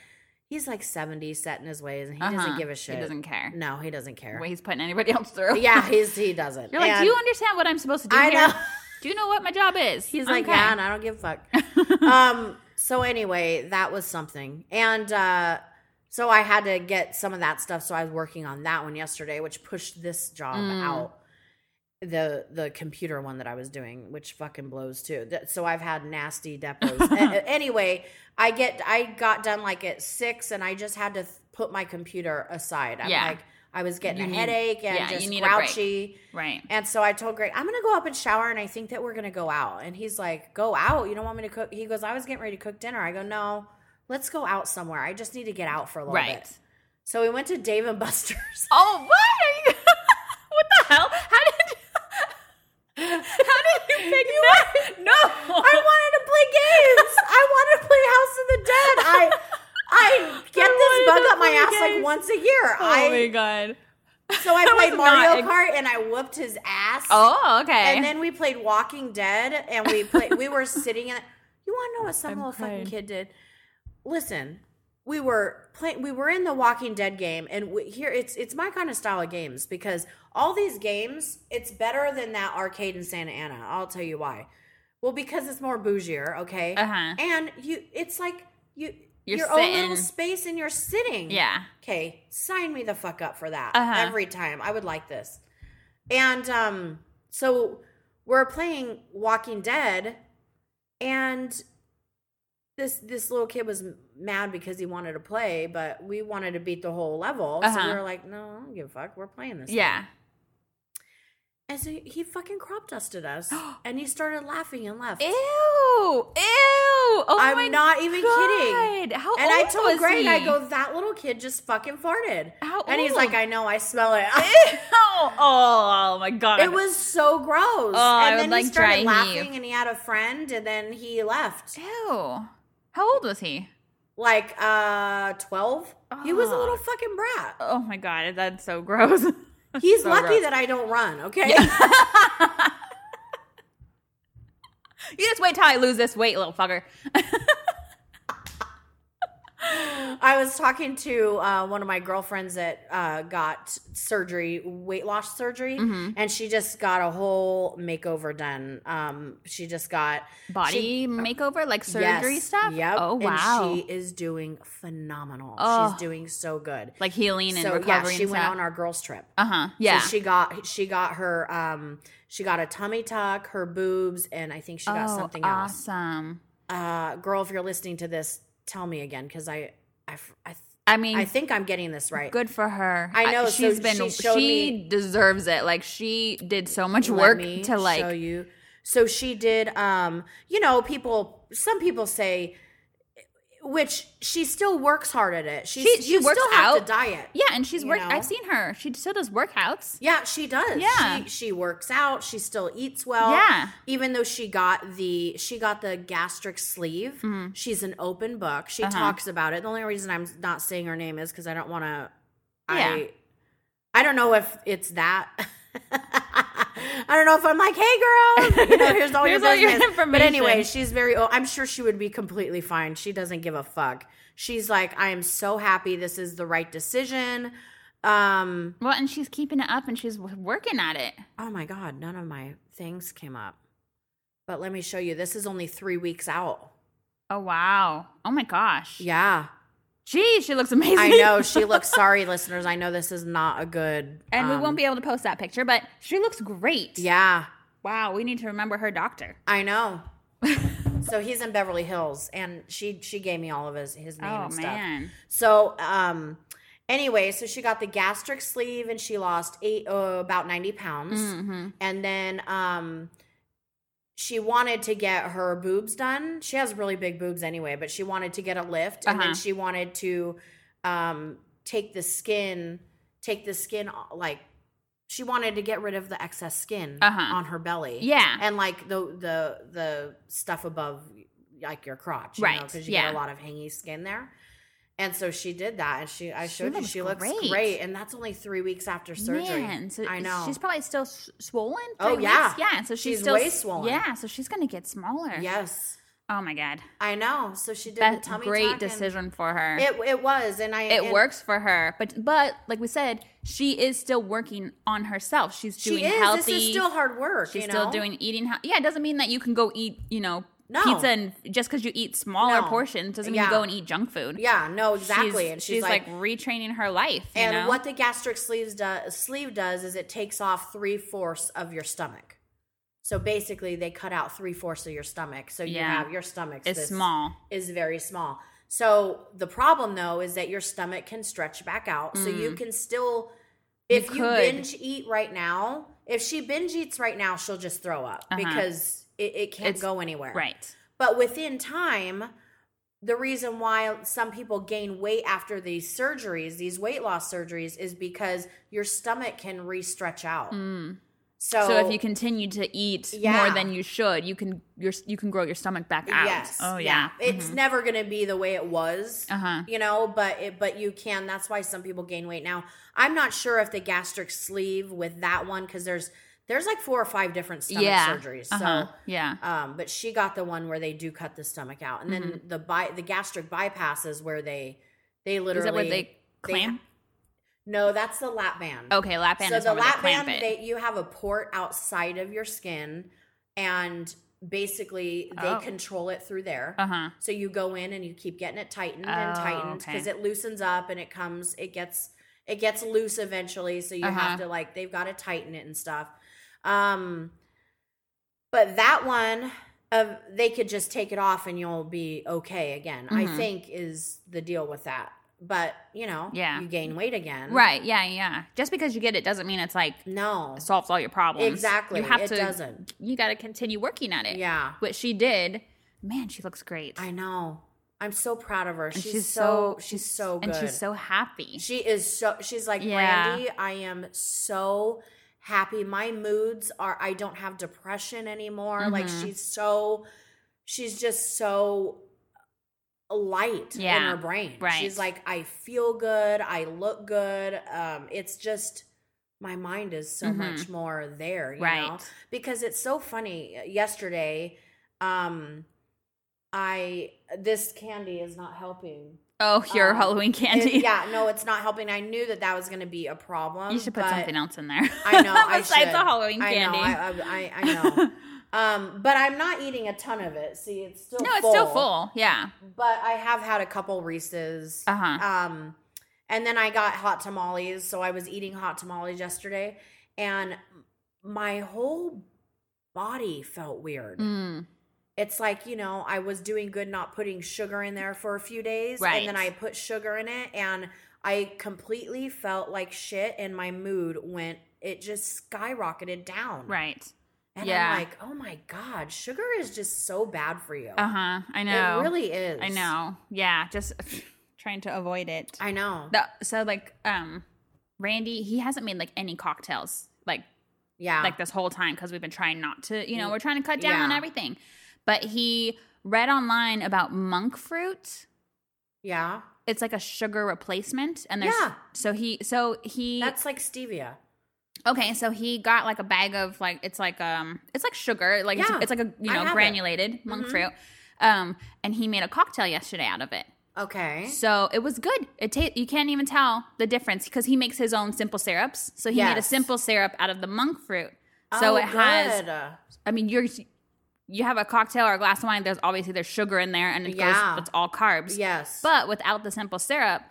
B: he's like 70, set in his ways, and he
C: Uh-huh.
B: doesn't give a shit.
C: He doesn't care.
B: No, he doesn't care.
C: What he's putting anybody else through.
B: Yeah, he's he doesn't.
C: You're like,
B: And
C: do you understand what I'm supposed to do
B: I
C: here?
B: know.
C: Do you know what my job is?
B: He's like,
C: Okay.
B: yeah, and I don't give a fuck. um, so anyway, that was something, and uh, so I had to get some of that stuff. So I was working on that one yesterday, which pushed this job
C: Mm.
B: out. The the computer one that I was doing, which fucking blows too. That- So I've had nasty depots. A- anyway, I get I got done like at six, and I just had to th- put my computer aside. I'm
C: Yeah.
B: like I was getting
C: You
B: a
C: need-
B: headache and
C: yeah, you
B: just
C: need a break.
B: grouchy.
C: Right.
B: And so I told Greg, I'm gonna go up and shower, and I think that we're gonna go out. And he's like, Go out? You don't want me to cook? He goes, I was getting ready to cook dinner. I go, No, let's go out somewhere. I just need to get out for a little
C: Right.
B: bit. So we went to Dave and Buster's.
C: Oh, what? Are you, what the hell? How did how did you pick that? No,
B: I wanted to play games. I wanted to play House of the Dead. I I get
C: I
B: this
C: wanted
B: bug
C: to
B: up my
C: play
B: ass like
C: games.
B: once a year.
C: Oh my
B: I
C: god.
B: so I
C: that
B: played
C: was
B: Mario
C: not-
B: Kart and I whooped his ass.
C: Oh, okay.
B: And then we played Walking Dead and we played we were sitting in You want to know what some
C: I'm
B: little
C: crying.
B: fucking kid did? Listen, we were playing we were in the Walking Dead game and we, here it's it's my kind of style of games because all these games it's better than that arcade in Santa Ana. I'll tell you why. Well, because it's more bougier, okay?
C: Uh-huh.
B: And you it's like you
C: You're
B: your own little
C: sitting.
B: space and you're sitting.
C: yeah.
B: Okay, sign me the fuck up for that
C: Uh-huh.
B: every time. I would like this. And um, so we're playing Walking Dead, and this this little kid was mad because he wanted to play, but we wanted to beat the whole level. So we
C: Uh-huh.
B: were like, no, I don't give a fuck. We're playing this.
C: Yeah.
B: And so he fucking crop dusted us, and he started laughing and left.
C: Ew. Ew. Oh
B: I'm
C: my
B: not even kidding.
C: God. How
B: And
C: old
B: I told
C: was
B: Greg,
C: he?
B: I go, that little kid just fucking farted.
C: How
B: and he's
C: old?
B: like, I know, I smell it.
C: Ew. Oh, oh my god.
B: It was so gross. and
C: I
B: then
C: would
B: he
C: like
B: started
C: dry heave.
B: laughing and he had a friend and then he left.
C: Ew. How old was he?
B: Like uh 12. He was a little fucking brat.
C: Oh my god, that's so gross.
B: He's
C: So
B: lucky
C: gross.
B: that I don't run, okay?
C: you just wait till I lose this weight, little fucker.
B: I was talking to uh, one of my girlfriends that uh, got surgery, weight loss surgery,
C: Mm-hmm.
B: and she just got a whole makeover done. Um, she just got
C: Body
B: She-
C: makeover, like surgery
B: Yes,
C: stuff.
B: Yep.
C: Oh wow.
B: And she is doing phenomenal.
C: Oh.
B: She's doing so good.
C: like healing and
B: so yeah,
C: recovery
B: she
C: and
B: went
C: stuff.
B: on our girls trip.
C: uh huh. Yeah.
B: So she got she got her um she got a tummy tuck, her boobs, and I think she got
C: oh,
B: something else.
C: awesome.
B: Uh, girl, if you're listening to this, tell me again because I I f- I, th-
C: I mean,
B: I think I'm getting this right.
C: good for her.
B: I know, so
C: She's been.
B: she
C: She,
B: showed me-
C: deserves it. Like she did so much
B: Let
C: work
B: me
C: to like.
B: show you. So she did. Um, you know, people. Some people say, which she still works hard at it. She's,
C: She- she
B: you
C: works
B: still have to
C: out.
B: diet.
C: Yeah, and she's
B: you
C: worked.
B: know?
C: I've seen her. She still does workouts.
B: Yeah, she does.
C: Yeah.
B: She she works out, she still eats well.
C: Yeah.
B: Even though she got the she got the gastric sleeve,
C: Mm-hmm.
B: she's an open book. She
C: Uh-huh.
B: talks about it. The only reason I'm not saying her name is cuz I don't want to
C: Yeah.
B: I I don't know if it's that I don't know if I'm like, hey girl, you know, here's all
C: Here's
B: your
C: all your
B: business. But
C: information.
B: anyway, she's very. Oh, I'm sure she would be completely fine. She doesn't give a fuck. She's like, I am so happy. This is the right decision. Um,
C: Well, and she's keeping it up, and she's w- working at it.
B: Oh my God, none of my things came up. But let me show you. This is only three weeks out.
C: Oh wow. Oh my gosh.
B: Yeah.
C: Gee, she looks amazing.
B: I know. She looks sorry, listeners. I know this is not a good.
C: and we
B: um,
C: won't be able to post that picture, but she looks great.
B: Yeah.
C: Wow, we need to remember her doctor.
B: I know. so he's in Beverly Hills and she she gave me all of his his name
C: Oh
B: and stuff.
C: man.
B: So um anyway, so she got the gastric sleeve and she lost eight oh, about 90 pounds.
C: hmm
B: and then um she wanted to get her boobs done. She has really big boobs anyway, but she wanted to get a lift and then
C: Uh-huh.
B: she wanted to um take the skin take the skin o- like she wanted to get rid of the excess skin
C: Uh-huh.
B: on her belly.
C: Yeah.
B: And like the the the stuff above like your crotch, you
C: Right,
B: Because you
C: yeah.
B: get a lot of hangy skin there. And so she did that, and she I
C: She
B: showed you
C: looks
B: she looks
C: great.
B: great. and that's only three weeks after surgery.
C: Man, so
B: I know
C: she's probably still s- swollen.
B: Oh,
C: three
B: yeah.
C: weeks? yeah. So she's,
B: She's
C: still
B: way
C: s-
B: swollen.
C: Yeah, so she's gonna get smaller.
B: yes.
C: Oh my god,
B: I know. So she did
C: that's
B: the
C: a
B: tummy
C: great
B: tuck and-
C: decision for her. It,
B: It it was, and I and
C: works for her, but but like we said, she is still working on herself. She's
B: She
C: doing
B: is.
C: healthy.
B: This is still hard work.
C: she's
B: you
C: still
B: know?
C: doing eating. Hel- yeah, it doesn't mean that you can go eat. You know,
B: No.
C: pizza and just because you eat smaller
B: No.
C: portions doesn't mean
B: Yeah.
C: you go and eat junk food.
B: Yeah. No.
C: She's-
B: Exactly. and she's, like.
C: retraining her life. You
B: and
C: know?
B: what the gastric sleeves do, sleeve does is it takes off three fourths of your stomach. So basically, they cut out three fourths of your stomach. So you
C: Yeah.
B: have your stomach
C: is small.
B: is very small. So the problem though is that your stomach can stretch back out. So you can still if you,
C: Mm. could.
B: binge eat right now, if she binge eats right now, she'll just throw up
C: Uh-huh.
B: because it, it can't
C: It's-
B: go anywhere.
C: Right.
B: But within time, the reason why some people gain weight after these surgeries, these weight loss surgeries, is because your stomach can re-stretch out.
C: Mm.
B: So,
C: so if you continue to eat
B: Yeah.
C: more than you should, you can your you can grow your stomach back out.
B: yes,
C: Oh yeah.
B: it's never going to be the way it was.
C: Uh huh.
B: you know but it, but you can that's why some people gain weight now i'm not sure if the gastric sleeve with that one because there's there's like four or five different stomach
C: Yeah.
B: surgeries so
C: Uh huh. Yeah.
B: um but she got the one where they do cut the stomach out and then the bi- the gastric bypasses where they they literally
C: Mm-hmm. Is that where they clamp?
B: no that's the lap band
C: okay, lap band.
B: so
C: is
B: the
C: when they
B: lap
C: clamp
B: band
C: it.
B: they you have a port outside of your skin and basically they
C: Oh.
B: control it through there
C: uh huh.
B: so you go in and you keep getting it tightened and
C: Oh,
B: tightened
C: okay.
B: because it loosens up and it comes, it gets, it gets loose eventually. So you
C: Uh-huh.
B: have to like they've got to tighten it and stuff. Um, but that one of they could just take it off and you'll be okay again. I
C: Mhm.
B: think is the deal with that. But you know,
C: Yeah.
B: you gain weight again,
C: Right. Yeah. Yeah. Just because you get it doesn't mean it's like
B: No,
C: solves all your problems.
B: exactly.
C: You have
B: it
C: to.
B: doesn't.
C: You got to continue working at it.
B: Yeah,
C: What she did, man, she looks great.
B: I know. I'm so proud of her.
C: And
B: She's, so, she's
C: she's-
B: so good.
C: and she's so happy.
B: She is so she's like,
C: Yeah.
B: Brandy, I am so happy. My moods are I don't have depression anymore. Like
C: Mhm.
B: she's so she's just so light in
C: Yeah,
B: her brain.
C: right.
B: She's like, I feel good, I look good. Um, it's just my mind is so
C: Mhm.
B: much more there, you
C: right.
B: know? because it's so funny yesterday um i this candy is not helping
C: Oh, your
B: Um,
C: Halloween candy.
B: it- yeah, no, it's not helping. I knew that that was going to be a problem.
C: You should put
B: but
C: something else in there.
B: I know, I
C: Besides the
B: should.
C: Halloween
B: I know.
C: candy.
B: I, I, I, I know. um, but I'm not eating a ton of it. See, it's still
C: no,
B: full,
C: it's still full. Yeah.
B: But I have had a couple Reese's.
C: Uh huh.
B: Um, and then I got hot tamales, so I was eating hot tamales yesterday, and my whole body felt weird.
C: Mm.
B: It's like you know I was doing good not putting sugar in there for a few days,
C: Right.
B: and then I put sugar in it, and I completely felt like shit, and my mood went. It just skyrocketed down.
C: Right.
B: And
C: yeah.
B: I'm like, oh my God, sugar is just so bad for you.
C: Uh huh. I know.
B: It really is.
C: I know. Yeah. Just trying to avoid it.
B: I know.
C: The- so like, um, Randy, he hasn't made like any cocktails like
B: yeah.
C: like this whole time because we've been trying not to. You know,
B: Mm,
C: we're trying to cut down on
B: yeah.
C: everything. But he read online about monk fruit.
B: yeah.
C: It's like a sugar replacement, and there's
B: Yeah.
C: so he so he
B: That's like stevia.
C: Okay, so he got like a bag of like it's like um it's like sugar, like
B: Yeah,
C: it's, it's like a you
B: I have
C: know
B: it.
C: granulated monk
B: Mhm.
C: fruit. Um and he made a cocktail yesterday out of it.
B: Okay.
C: So it was good. It ta- you can't even tell the difference because he makes his own simple syrups. So he made a
B: Yes. Oh,
C: simple syrup out of the monk fruit. So it has
B: good.
C: I mean you're you have a cocktail or a glass of wine, there's obviously there's sugar in there and it
B: Yeah.
C: goes it's all carbs.
B: Yes.
C: But without the simple syrup,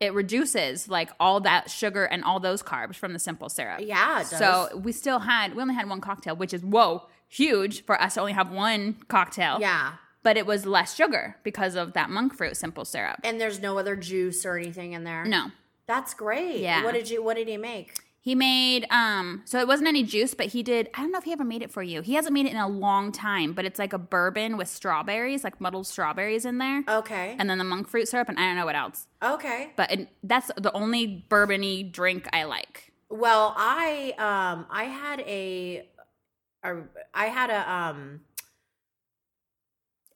C: it reduces like all that sugar and all those carbs from the simple syrup.
B: yeah, it does.
C: So we still had we only had one cocktail, which is whoa huge for us to only have one cocktail.
B: yeah.
C: but it was less sugar because of that monk fruit simple syrup.
B: And there's no other juice or anything in there.
C: no,
B: That's great.
C: Yeah.
B: What did you what did he make?
C: he made um so it wasn't any juice, but he did. I don't know if he ever made it for you. He hasn't made it in a long time, but it's like a bourbon with strawberries, like muddled strawberries in there,
B: Okay.
C: and then the monk fruit syrup, and I don't know what else.
B: okay.
C: But it, that's the only bourbony drink I like.
B: Well, I um I had a, a I had a um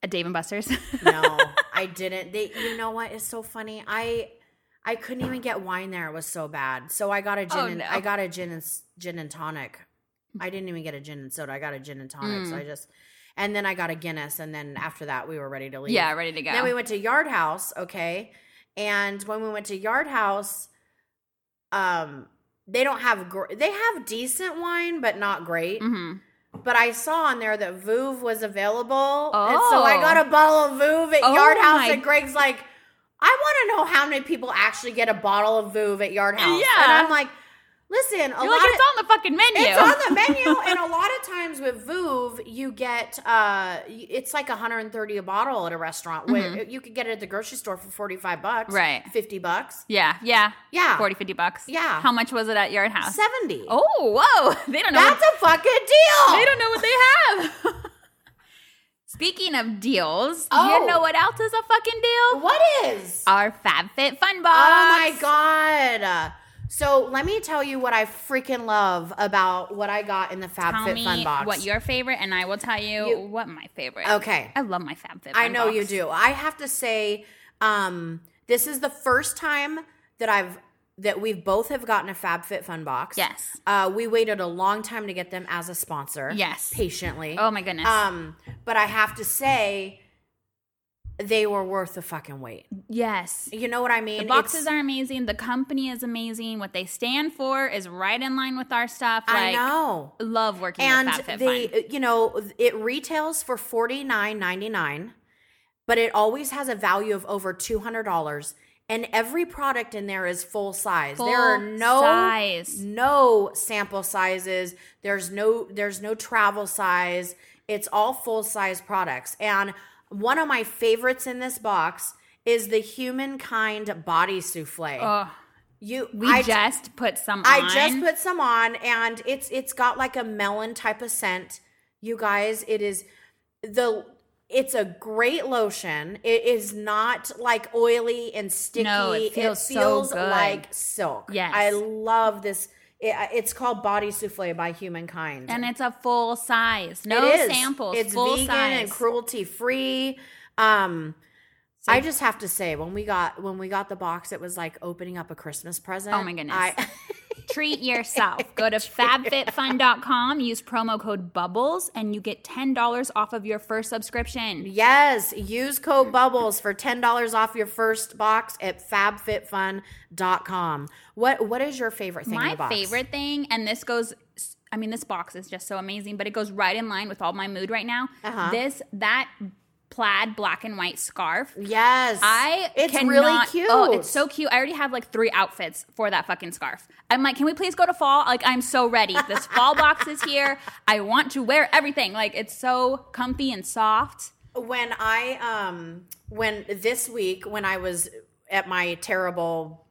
C: At Dave and Buster's.
B: no, I didn't. They you know what is so funny? I I couldn't even get wine there. It was so bad. So I got a gin
C: Oh,
B: and
C: no.
B: I got a gin and s- gin and tonic. I didn't even get a gin and soda. I got a gin and tonic. So
C: Mm.
B: I just and then I got a Guinness and then after that we were ready to leave.
C: yeah, ready to go.
B: Then we went to Yard House, okay? And when we went to Yard House, um they don't have gr- they have decent wine but not great.
C: mm-hmm.
B: But I saw on there that Vouv was available. And so I
C: Oh.
B: got a bottle of Vouv at
C: Oh
B: Yard House
C: my-
B: and Greg's like, I want to know how many people actually get a bottle of Vouv at Yard House. And
C: Yeah.
B: I'm like, listen, a
C: You're
B: lot
C: like,
B: of
C: it's on the fucking menu.
B: it's on the menu, and a lot of times with Vouv, you get uh, y- it's like 130 a bottle at a restaurant. Where you could get it at the grocery store for 45 bucks,
C: Mm-hmm. Right.
B: 50 bucks,
C: Yeah, yeah.
B: yeah,
C: 40, 50 bucks.
B: Yeah.
C: How much was it at Yard House?
B: 70.
C: Oh, whoa. They don't know.
B: that's a fucking deal.
C: what, they don't know what they have. Speaking of deals,
B: Oh.
C: you know what else is a fucking deal?
B: What is?
C: Our FabFitFun box.
B: Oh my god. So let me tell you what I freaking love about what I got in the
C: Tell me
B: FabFitFun box.
C: what your favorite, and I will tell you,
B: You-
C: what my favorite.
B: Okay.
C: I love my FabFitFun.
B: I know you
C: box.
B: do. I have to say, um, this is the first time that I've that we've both have gotten a FabFitFun box.
C: Yes.
B: Uh, we waited a long time to get them as a sponsor.
C: Yes.
B: Patiently.
C: Oh my goodness.
B: Um, but I have to say, they were worth the fucking wait.
C: yes.
B: You know what I mean?
C: The boxes
B: It's-
C: are amazing. The company is amazing. What they stand for is right in line with our stuff.
B: I
C: Like,
B: know.
C: love working
B: and
C: with FabFitFun.
B: they you know it retails for forty nine ninety nine, but it always has a value of over two hundred dollars, and every product in there is full size. there are
C: Full
B: no
C: size.
B: no sample sizes. There's no there's no travel size. It's all full size products, and one of my favorites in this box is the humankind body souffle.
C: Oh,
B: you,
C: we
B: I-
C: just put some.
B: I just
C: on.
B: put some on and it's it's got like a melon type of scent. You guys, it is the it's a great lotion. It is not like oily and sticky.
C: No, it feels so
B: feels
C: good.
B: like silk.
C: Yes.
B: I love this. It, it's called Body Souffle by Humankind.
C: and it's a full size. No
B: It is.
C: samples.
B: It's
C: full
B: vegan
C: size.
B: and cruelty free. Um I just have to say when we got when we got the box, it was like opening up a Christmas present.
C: Oh my goodness.
B: I,
C: Treat yourself. Go to fabfitfun.com, use promo code BUBBLES, and you get $10 off of your first subscription.
B: Yes, use code BUBBLES for $10 off your first box at fabfitfun.com. What what is your favorite thing in
C: My
B: the box?
C: favorite thing, and this goes, I mean, this box is just so amazing, but it goes right in line with all my mood right now.
B: Uh-huh.
C: This, that plaid black and white scarf.
B: Yes.
C: I
B: It's
C: cannot,
B: really cute.
C: Oh, it's so cute. I already have like three outfits for that fucking scarf. I'm like, can we please go to fall? Like, I'm so ready. This fall box is here. I want to wear everything. Like, it's so comfy and soft.
B: when I um when this week when I was at my terrible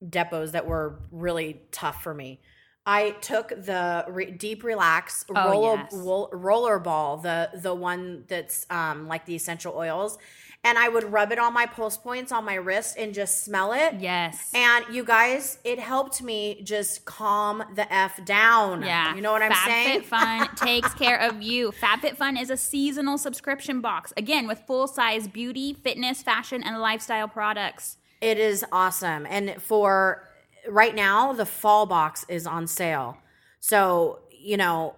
B: depots that were really tough for me, I took the re- deep relax
C: Oh,
B: roller
C: yes.
B: wo- roller ball the the one that's um like the essential oils, and I would rub it on my pulse points on my wrist and just smell it.
C: Yes.
B: And you guys, it helped me just calm the f down.
C: Yeah.
B: you know what I'm saying.
C: FabFitFun takes care of you. FabFitFun is a seasonal subscription box, again, with full size beauty, fitness, fashion, and lifestyle products.
B: It is awesome. And for right now, the fall box is on sale. So, you know,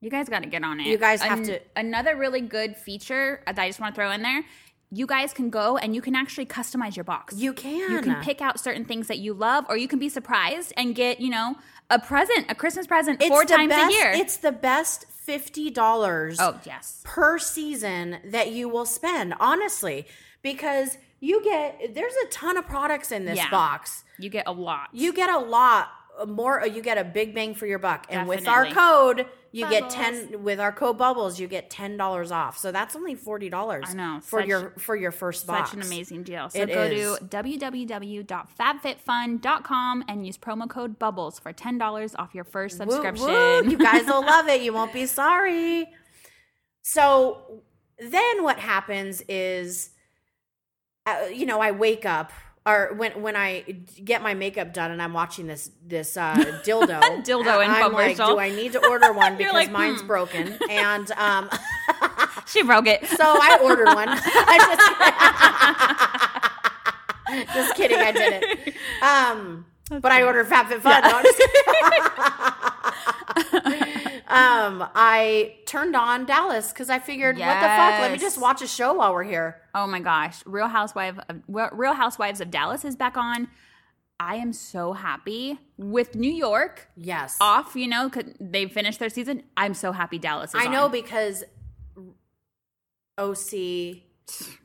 C: You guys got to get on it.
B: You guys have to-
C: Another really good feature that I just want to throw in there you guys can go and you can actually customize your box.
B: you can.
C: you can pick out certain things that you love, or you can be surprised and get, you know, a present, a Christmas present
B: It's
C: four
B: the
C: times
B: best-
C: a year.
B: It's the best $50
C: oh, yes.
B: per season that you will spend, honestly, because you get, there's a ton of products in this
C: Yeah.
B: box.
C: You get a lot.
B: You get a lot more, you get a big bang for your buck. And with our code, you get 10 with our code bubbles you get $10 off so that's only $40
C: I know,
B: for
C: such-
B: your for your first box
C: Such an amazing deal. So
B: It
C: go
B: is.
C: to www.fabfitfun.com and use promo code BUBBLES for $10 off your first
B: Woo, woo,
C: subscription.
B: you guys will love it. You won't be sorry. So then what happens is, uh, you know, I wake up or when when I get my makeup done and I'm watching this this uh, dildo
C: Dildo
B: and I'm like,
C: infomercial.
B: do I need to order one
C: You're
B: because
C: like,
B: mine's
C: hmm.
B: broken? And um,
C: she broke it.
B: so I ordered one. I just, just kidding, I didn't. Um, but I ordered FabFitFun. No, I'm just kidding. um, I turned on Dallas because I figured, what the fuck? Let me
C: Yes.
B: just watch a show while we're here.
C: oh my gosh. Real Housewife of, Real Housewives of Dallas is back on. I am so happy with New York
B: Yes,
C: off, you know, 'cause they finished their season. I'm so happy Dallas is
B: I know
C: on.
B: because OC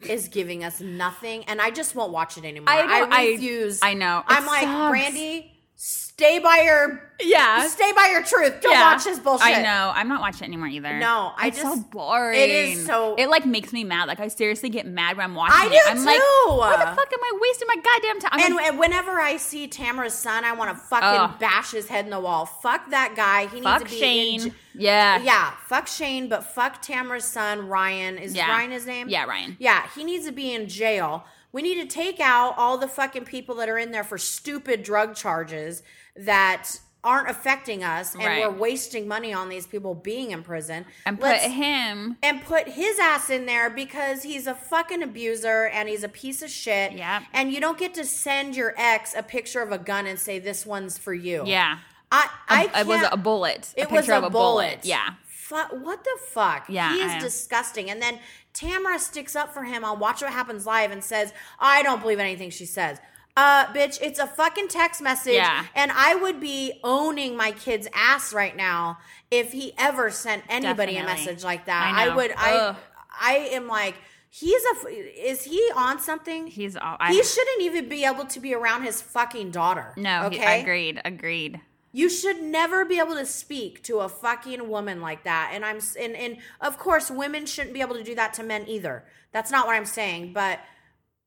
B: is giving us nothing, and I just won't watch it anymore.
C: I know, I-
B: refuse.
C: I know. It
B: I'm like
C: sucks.
B: Brandy. stay by your
C: Yeah.
B: stay by your truth. Don't
C: Yeah.
B: watch this bullshit.
C: I know. I'm not watching it anymore either.
B: No, I
C: it's
B: just
C: so boring.
B: It is so.
C: It like makes me mad. Like I seriously get mad when I'm watching.
B: I do
C: it. I'm
B: too.
C: like, why the fuck am I wasting my goddamn time? I'm
B: and,
C: like,
B: and whenever I see Tamara's son, I want to fucking
C: Ugh.
B: bash his head in the wall. Fuck that guy. He
C: fuck
B: needs to be
C: Shane.
B: In, j-
C: yeah.
B: yeah, fuck Shane, but fuck Tamara's son, Ryan. Is
C: Yeah.
B: Ryan his name?
C: Yeah, Ryan.
B: Yeah, he needs to be in jail. We need to take out all the fucking people that are in there for stupid drug charges that aren't affecting us and
C: Right.
B: we're wasting money on these people being in prison.
C: And put
B: Let's-
C: him.
B: and put his ass in there because he's a fucking abuser and he's a piece of shit.
C: Yep.
B: And you don't get to send your ex a picture of a gun and say this one's for you.
C: Yeah.
B: I I
C: it was
B: can't-
C: a bullet.
B: It
C: a picture
B: was a,
C: of a
B: bullet.
C: Yeah.
B: Fuck, what the fuck?
C: Yeah,
B: He
C: I am.
B: is disgusting. And then Tamara sticks up for him on Watch What Happens Live and says, I don't believe anything she says. Uh, bitch, it's a fucking text message.
C: Yeah.
B: And I would be owning my kid's ass right now if he ever sent anybody a
C: Definitely.
B: message like that.
C: I
B: I,
C: know.
B: would, I,
C: Ugh.
B: I am like, he's a, f- is he on something?
C: He's all. I,
B: he shouldn't even be able to be around his fucking daughter.
C: no.
B: okay.
C: he- agreed. Agreed.
B: You should never be able to speak to a fucking woman like that. And I'm s- and and of course women shouldn't be able to do that to men either. That's not what I'm saying, but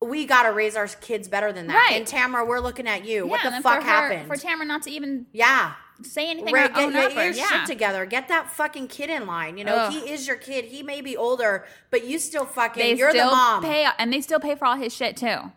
B: we got to raise our kids better than that.
C: Right.
B: And Tamara, we're looking at you.
C: yeah,
B: what
C: and
B: the
C: then
B: fuck
C: for her-
B: happened?
C: for Tamara not to even
B: yeah.
C: say anything
B: Right,
C: or
B: get
C: own
B: your,
C: up or
B: your
C: yeah.
B: shit together. Get that fucking kid in line. You know,
C: Ugh.
B: he is your kid. He may be older, but you still fucking
C: They
B: you're
C: still
B: the mom.
C: pay and they still pay for all his shit too.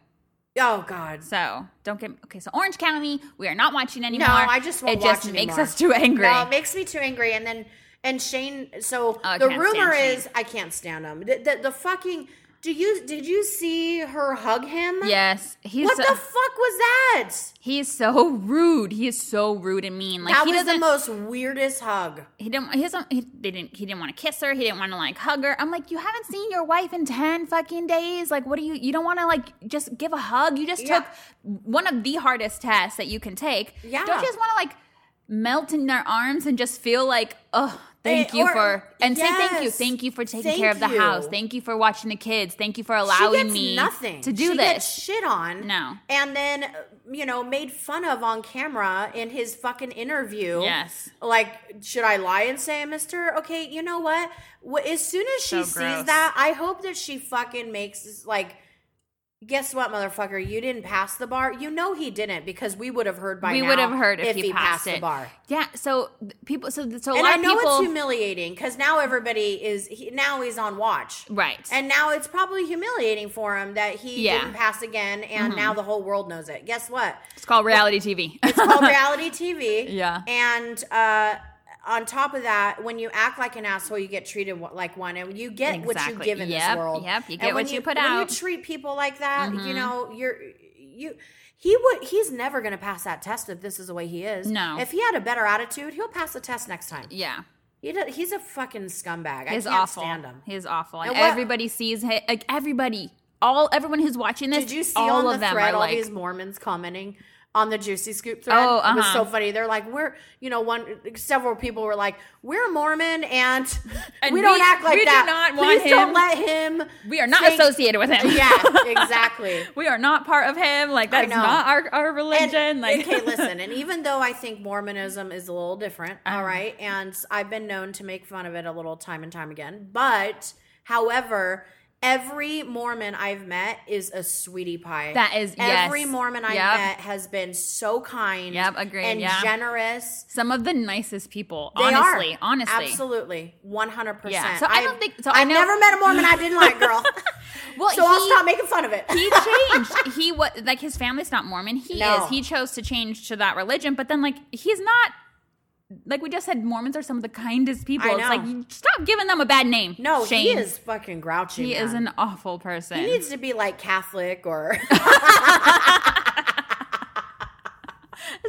B: oh god.
C: So don't get okay. So Orange County, we are not watching anymore.
B: I just won't
C: it just
B: watch
C: makes
B: anymore.
C: us too angry.
B: No, it makes me too angry. And then and Shane. So
C: Oh, I
B: the
C: can't
B: rumor
C: stand
B: is I can't stand him. The, the, the fucking. Do you did you see her hug him?
C: yes, he's
B: What
C: so,
B: the fuck was that?
C: he is so rude. He is so rude and mean. Like
B: that
C: he
B: was the
C: doesn't.
B: most weirdest hug.
C: he didn't. He doesn't. He, they didn't. He didn't want to kiss her. He didn't want to like hug her. I'm like, you haven't seen your wife in ten fucking days. Like, what do you? You don't want to like just give a hug. You just
B: Yeah.
C: took one of the hardest tests that you can take.
B: Yeah.
C: Don't you just want to like melt in their arms and just feel like, oh, thank
B: They-
C: you
B: or-
C: for and say thank you,
B: yes.
C: thank you for taking
B: Thank
C: care of the
B: you.
C: house, thank you for watching the kids, thank you for allowing
B: she gets
C: me
B: nothing
C: to do
B: she
C: this.
B: Gets shit on.
C: No.
B: And then uh, you know made fun of on camera in his fucking interview.
C: Yes.
B: Like, should I lie and say, it, Mister? Okay, you know what? Wh- As soon as she
C: So
B: sees
C: gross.
B: that, I hope that she fucking makes like. Guess what, motherfucker? You didn't pass the bar. You know he didn't because we would have heard by
C: we
B: now.
C: would have heard if,
B: he,
C: passed, it.
B: the bar.
C: Yeah. So th- people. So th- so a
B: And
C: lot
B: I know
C: of people.
B: it's humiliating because now everybody is he, now he's on watch.
C: right.
B: And now it's probably humiliating for him that he
C: Yeah. Mm-hmm.
B: didn't pass again, and now the whole world knows it. Guess what?
C: it's called reality TV.
B: It's called reality TV.
C: Yeah.
B: And uh, on top of that, when you act like an asshole, you get treated wa- like one, and you get what you
C: Exactly.
B: give in
C: Yep,
B: this world.
C: yep. You
B: And
C: get
B: when
C: what you put
B: When you
C: out. Mm-hmm.
B: treat people like that, you know you're you. He would. He's never going to pass that test if this is the way he is.
C: No.
B: If he had a better attitude, he'll pass the test next time.
C: yeah.
B: He do, he's a fucking scumbag.
C: He's
B: I can't
C: awful.
B: stand him.
C: He's awful. And,
B: And what-
C: everybody sees him. Like everybody, all everyone who's watching this,
B: Did you see on
C: all of
B: the
C: them
B: thread
C: are
B: all
C: like,
B: these Mormons commenting on the Juicy Scoop thread?
C: Oh,
B: It was
C: uh-huh.
B: so funny. They're like, we're, you know, one, several people were like, we're Mormon and,
C: And
B: we don't
C: we-
B: act like
C: we do
B: that.
C: not want
B: Please don't
C: him.
B: let him.
C: we are not
B: take-"
C: associated with him.
B: Yeah, exactly.
C: we are not part of him. Like
B: I
C: that's
B: know.
C: not our our religion.
B: And,
C: like
B: okay, listen. And even though I think Mormonism is a little different,
C: Um.
B: all right, and I've been known to make fun of it a little time and time again, but however, every Mormon I've met is a sweetie pie.
C: That is- yes.
B: every Mormon I've
C: Yep.
B: met has been so kind,
C: Yep, agreed,
B: and
C: yeah.
B: generous.
C: some of the nicest people.
B: They
C: honestly,
B: are.
C: honestly,
B: absolutely, one hundred
C: Yeah.
B: percent.
C: So I don't think- so I
B: I've
C: know-
B: never met a Mormon I didn't like, girl.
C: Well,
B: so I'll
C: he-
B: stop making fun of it.
C: he changed. he was like his family's not Mormon. He
B: No.
C: is. He chose to change to that religion, but then like he's not. Like we just said, Mormons are some of the kindest people.
B: I
C: It's
B: know.
C: like you- stop giving them a bad name.
B: no,
C: Shane.
B: he is fucking grouchy.
C: He is
B: man.
C: an awful person.
B: He needs to be like Catholic or
C: Let's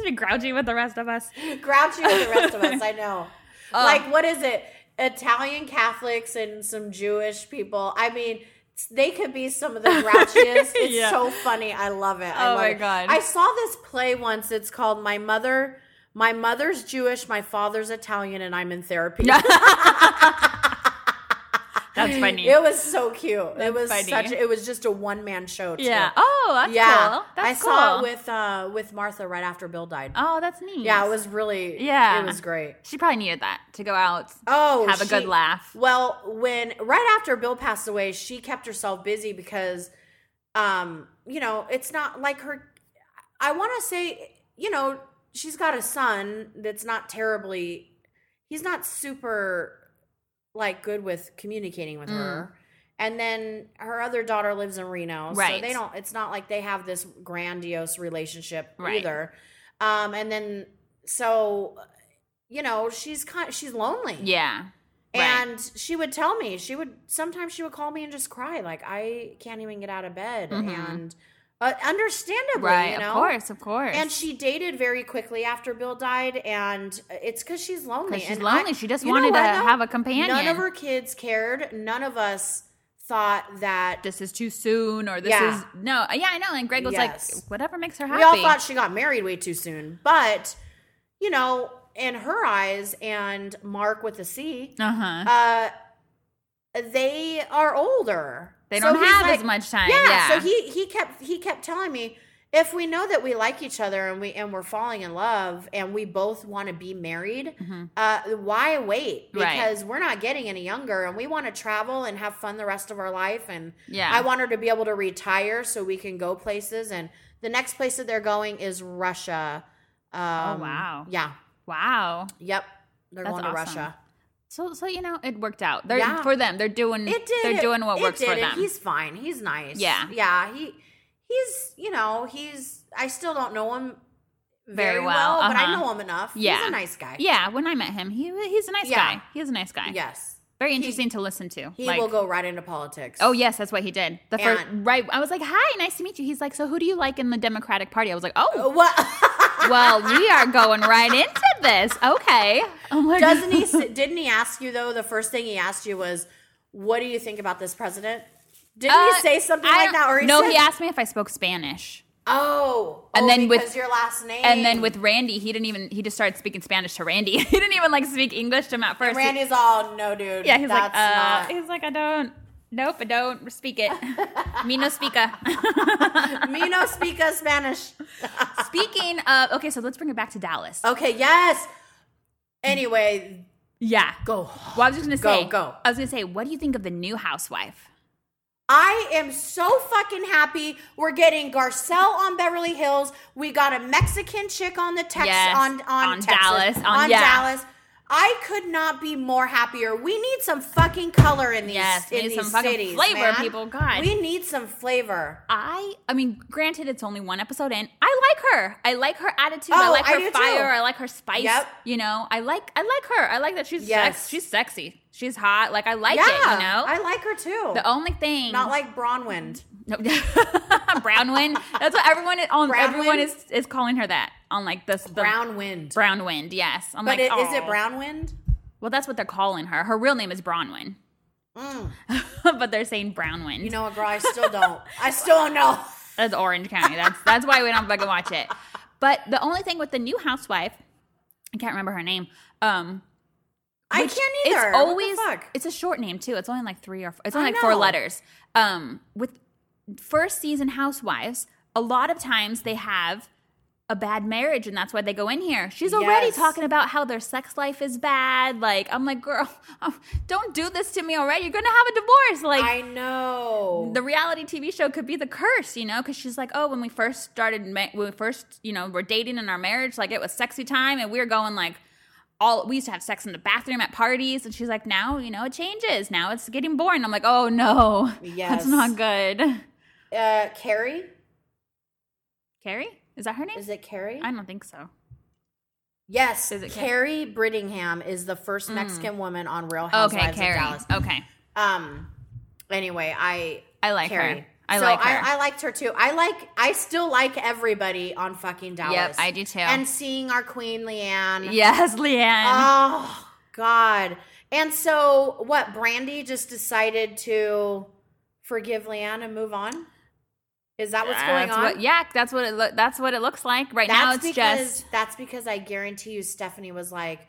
C: be grouchy with the rest of us.
B: grouchy with the rest of us. I know.
C: Uh.
B: like, what is it? Italian Catholics and some Jewish people. I mean, they could be some of the grouchiest. It's
C: Yeah.
B: so funny. I love it. I
C: Oh
B: love
C: my
B: it.
C: God.
B: I saw this play once. It's called My Mother. My mother's Jewish, my father's Italian, and I'm in therapy.
C: That's funny.
B: It was so cute.
C: That's
B: it was
C: funny.
B: such. It was just a one man show. Too.
C: yeah. Oh, that's
B: yeah.
C: cool. That's
B: I
C: cool.
B: saw it with uh with Martha right after Bill died.
C: Oh, that's neat.
B: yeah, it was really.
C: Yeah.
B: it was great.
C: She probably needed that to go out,
B: Oh,
C: have a good
B: she-
C: laugh.
B: Well, when right after Bill passed away, she kept herself busy because, um, you know, it's not like her. I want to say, you know, she's got a son that's not terribly. He's not super, like, good with communicating
C: Mm.
B: with her. And then her other daughter lives in Reno, so
C: Right.
B: they don't. It's not like they have this grandiose relationship
C: Right.
B: either. Um, and then so, you know, she's kind. She's lonely.
C: Yeah. Right.
B: And she would tell me, she would sometimes she would call me and just cry, like I can't even get out of bed,
C: Mhm.
B: and uh, understandably,
C: Right.
B: you know.
C: Of course. Of course.
B: And she dated very quickly after Bill died, and it's because she's lonely.
C: Because she's
B: and
C: lonely.
B: I-
C: she just
B: you know
C: wanted
B: what,
C: to
B: though?
C: have a companion.
B: None of her kids cared. None of us thought that.
C: this is too soon, or this
B: Yeah.
C: is no. Yeah, I know. And Greg was
B: Yes.
C: like, whatever makes her happy.
B: We all thought she got married way too soon, but you know, in her eyes, and Mark with a C,
C: uh huh.
B: uh, they are older.
C: They
B: So
C: don't
B: he's
C: have
B: like-
C: as much time.
B: Yeah,
C: Yeah.
B: So he he kept he kept telling me if we know that we like each other and we and we're falling in love and we both want to be married,
C: Mhm.
B: uh, why wait?
C: Right.
B: Because we're not getting any younger and we want to travel and have fun the rest of our life. And
C: Yeah.
B: I want her to be able to retire so we can go places. And the next place that they're going is Russia. Um,
C: Oh, wow.
B: Yeah.
C: wow.
B: Yep. They're
C: That's
B: going to
C: awesome.
B: Russia.
C: So so you know it worked out. They're
B: Yeah.
C: for them. They're doing.
B: It did.
C: They're doing what
B: it
C: works
B: did,
C: for
B: and
C: them.
B: He's fine. He's nice.
C: Yeah.
B: Yeah. He he's you know he's I still don't know him very,
C: Very
B: well,
C: well,
B: but I
C: uh-huh.
B: know him enough. He's
C: Yeah.
B: a nice guy.
C: yeah. When I met him, he he's a nice
B: Yeah.
C: guy. He is a nice guy.
B: Yes.
C: Very interesting to listen to.
B: He
C: Like-
B: will go right into politics.
C: Oh yes, that's what he did. The first
B: And-
C: right, I was like, "Hi, nice to meet you." He's like, "So who do you like in the Democratic Party?" I was like, "Oh,
B: Uh, What?
C: well, we are going right into this." Okay. Oh my
B: Doesn't he?
C: God.
B: s- Didn't he ask you though? The first thing he asked you was, "What do you think about this president?" Didn't
C: Uh,
B: he say something
C: I
B: like
C: don't-
B: that? Or he
C: no,
B: said,
C: he asked me if I spoke Spanish,
B: "Oh,
C: And
B: oh,
C: then with-
B: because your last name."
C: and then with Randy, he didn't even. He just started speaking Spanish to Randy. he didn't even like speak English to him at first. He-
B: Randy's all, "No, dude.
C: yeah, he's
B: that's
C: like, uh,
B: not,
C: he's like, I don't. Nope, I don't speak it. Me no speaker.
B: me no speak a Spanish."
C: Speaking of, okay, so let's bring it back to Dallas.
B: Okay, yes. Anyway,
C: Yeah.
B: go.
C: Well, I was just gonna
B: Go,
C: say,
B: go.
C: I was gonna say, what do you think of the new housewife?
B: I am so fucking happy we're getting Garcelle on Beverly Hills. We got a Mexican chick on the Texas
C: Yes,
B: on on,
C: on
B: Texas,
C: Dallas,
B: on,
C: on- yeah.
B: Dallas. I could not be more happier. We need some fucking color in these
C: Yes, we
B: in
C: need
B: these
C: some fucking
B: cities,
C: flavor,
B: man.
C: people. God.
B: we need some flavor.
C: I I mean, granted, it's only one episode in. I like her. I like her attitude. I
B: Oh,
C: like
B: I
C: her
B: do too.
C: fire. I like her spice.
B: Yep.
C: You know, I like I like her. I like that she's
B: Yes.
C: sex. She's sexy. She's hot. Like I like
B: yeah,
C: it. You know.
B: I like her too.
C: the only thing,
B: not like Bronwind.
C: no, Brownwind. That's what everyone is on.
B: Brownwind?
C: Everyone is is calling her that on like this the
B: Brownwind.
C: Brownwind. Yes. I'm
B: but
C: like, oh.
B: it, is it
C: "Aw."
B: Brownwind?
C: Well, that's what they're calling her. Her real name is Bronwyn,
B: Mm.
C: but they're saying Brownwind.
B: You know what, girl? I still don't. I still don't know.
C: That's Orange County. That's that's why we don't fucking watch it. But the only thing with the new housewife, I can't remember her name. Um,
B: I
C: which
B: can't either.
C: It's always
B: what the fuck?
C: it's a short name too. It's only like three or it's
B: I
C: only like four
B: know.
C: letters. Um, with first season housewives, a lot of times they have a bad marriage, and that's why they go in here. She's already
B: Yes.
C: talking about how their sex life is bad. Like I'm like, girl, don't do this to me already. You're gonna have a divorce. Like
B: I know.
C: the reality TV show could be the curse, you know, because she's like, oh, when we first started, ma- when we first, you know, were dating in our marriage, like it was sexy time, and we were going like all we used to have sex in the bathroom at parties, and she's like, now, you know, it changes. Now it's getting boring. I'm like, oh no,
B: Yes.
C: that's not good.
B: uh, Carrie?
C: Carrie, is that her name?
B: Is it Carrie?
C: I don't think so.
B: yes.
C: Is it Car- Hmm.
B: Carrie Brittingham is the first Mexican woman on Real Housewives
C: okay,
B: of
C: Carrie. Oh.
B: Dallas.
C: Okay,
B: Um. Anyway, I
C: I like
B: Carrie.
C: her. I
B: so
C: like her.
B: I, I liked her too. I like. I still like everybody on fucking Dallas.
C: yep, I do too.
B: And seeing our Queen Leanne.
C: yes, Leanne.
B: Oh God. And so what? Brandy just decided to forgive Leanne and move on. Is that what's going
C: That's
B: on?
C: what- yeah, that's what it. Lo- that's what it looks like right now. It's
B: because
C: just
B: that's because I guarantee you, Stephanie was like,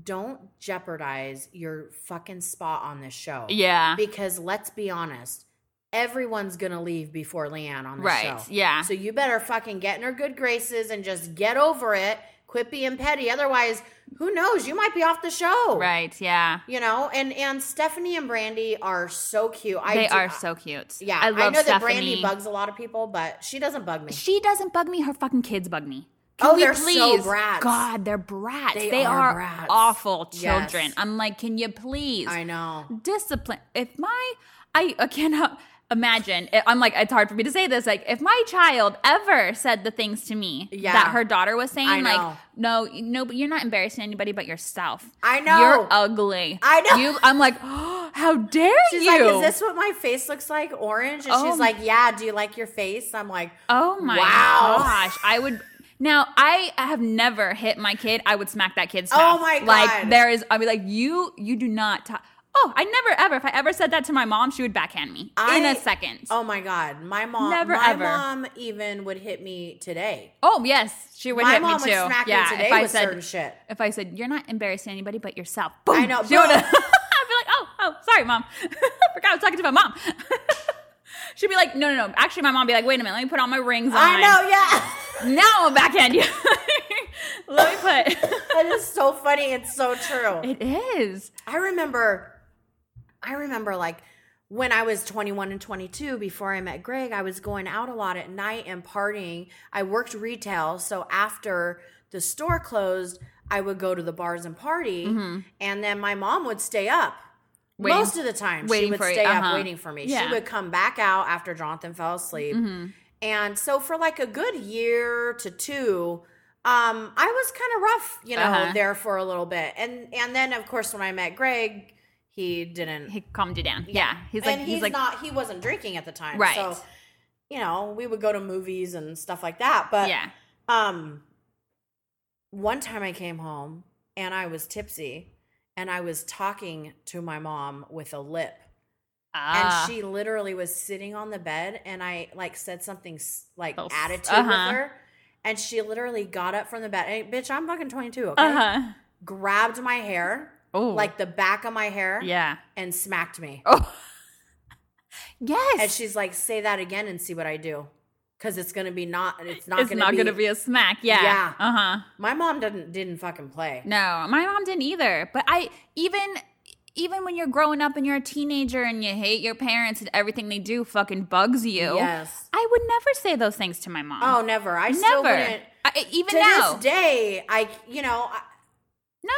B: don't jeopardize your fucking spot on this show.
C: Yeah.
B: Because let's be honest, everyone's gonna leave before Leanne on the
C: Right.
B: show.
C: Yeah.
B: So you better fucking get in her good graces and just get over it. Quit being petty. Otherwise, who knows? You might be off the show.
C: right. Yeah.
B: You know, and and Stephanie and Brandy are so cute. I
C: they
B: do-
C: are so cute.
B: Yeah,
C: I love
B: know that
C: Stephanie.
B: Brandy bugs a lot of people, but she doesn't bug me.
C: She doesn't bug me. Her fucking kids bug me.
B: Oh,
C: we
B: they're so brats.
C: God, they're brats.
B: They
C: They,
B: are
C: are,
B: brats.
C: awful children.
B: Yes.
C: I'm like, can you please
B: I know.
C: discipline? If my, I, I cannot imagine. I- I'm like, it's hard for me to say this. Like, if my child ever said the things to me
B: Yeah.
C: that her daughter was saying,
B: I know.
C: like, no, no, but you're not embarrassing anybody but yourself.
B: I know.
C: You're ugly.
B: I know.
C: You, I'm like, how dare
B: She's
C: you?
B: like, "Is this what my face looks like? Orange?" And
C: Oh
B: she's
C: my-
B: like, "Yeah." Do you like your face? I'm like,
C: Oh my
B: Wow.
C: gosh. I would now I have never hit my kid. I would smack that kid's
B: Oh
C: mouth.
B: my God.
C: Like there is I'd be like, you you do not talk Oh, I never ever if I ever said that to my mom, she would backhand me in
B: I-
C: a second. Oh,
B: "Oh my god, my mom,
C: Never
B: my
C: ever.
B: mom even would hit me today.
C: Oh, yes, she would
B: my
C: hit
B: mom
C: me
B: would
C: too.
B: smack
C: yeah,
B: me today
C: if I
B: with
C: said
B: certain shit.
C: if I said you're not embarrassing anybody but yourself, boom,
B: I know,
C: She would. I'd be
B: boom.
C: like, oh, oh, sorry, mom. I forgot I was talking to my mom. She'd be like, no, no, no. Actually, my mom would be like, wait a minute, let me put all my rings on.
B: I know, yeah.
C: Now I'm backhand you. let me put.
B: that is so funny. It's so true.
C: It is.
B: I remember, I remember like when I was 21 and 22, before I met Greg, I was going out a lot at night and partying. I worked retail. So after the store closed, I would go to the bars and party. And then my mom would stay up.
C: Mm-hmm. Waiting-
B: Most of the time, she
C: waiting
B: would
C: for you,
B: stay up
C: uh-huh.
B: waiting for me. She
C: Yeah.
B: would come back out after Jonathan fell asleep.
C: Mm-hmm.
B: And so for like a good year to two, um, I was kind of rough, you know,
C: Uh-huh.
B: there for a little bit. And and then of course when I met Greg, he didn't
C: He calmed you down. Yeah. He's like,
B: and
C: he's, like,
B: not he wasn't drinking at the time.
C: Right.
B: So, you know, we would go to movies and stuff like that. But
C: yeah.
B: um one time I came home and I was tipsy and I was talking to my mom with a lip
C: Ah.
B: and she literally was sitting on the bed and i like said something s- like
C: Little s-
B: attitude
C: uh-huh.
B: with her and she literally got up from the bed hey bitch i'm fucking 22 okay
C: uh huh.
B: grabbed my hair
C: Oh,
B: like the back of my hair
C: yeah.
B: and smacked me
C: Oh,
B: and
C: yes.
B: she's like say that again and see what i do because it's gonna be not it's not
C: it's
B: gonna
C: not
B: be,
C: gonna be a smack. Yeah.
B: Yeah.
C: Uh huh.
B: my mom didn't didn't fucking play
C: No, my mom didn't either. But I even even when you're growing up and you're a teenager and you hate your parents and everything they do fucking bugs you.
B: yes
C: I would never say those things to my mom.
B: oh never i still
C: never.
B: wouldn't
C: I- even
B: to
C: now.
B: this day i you know I,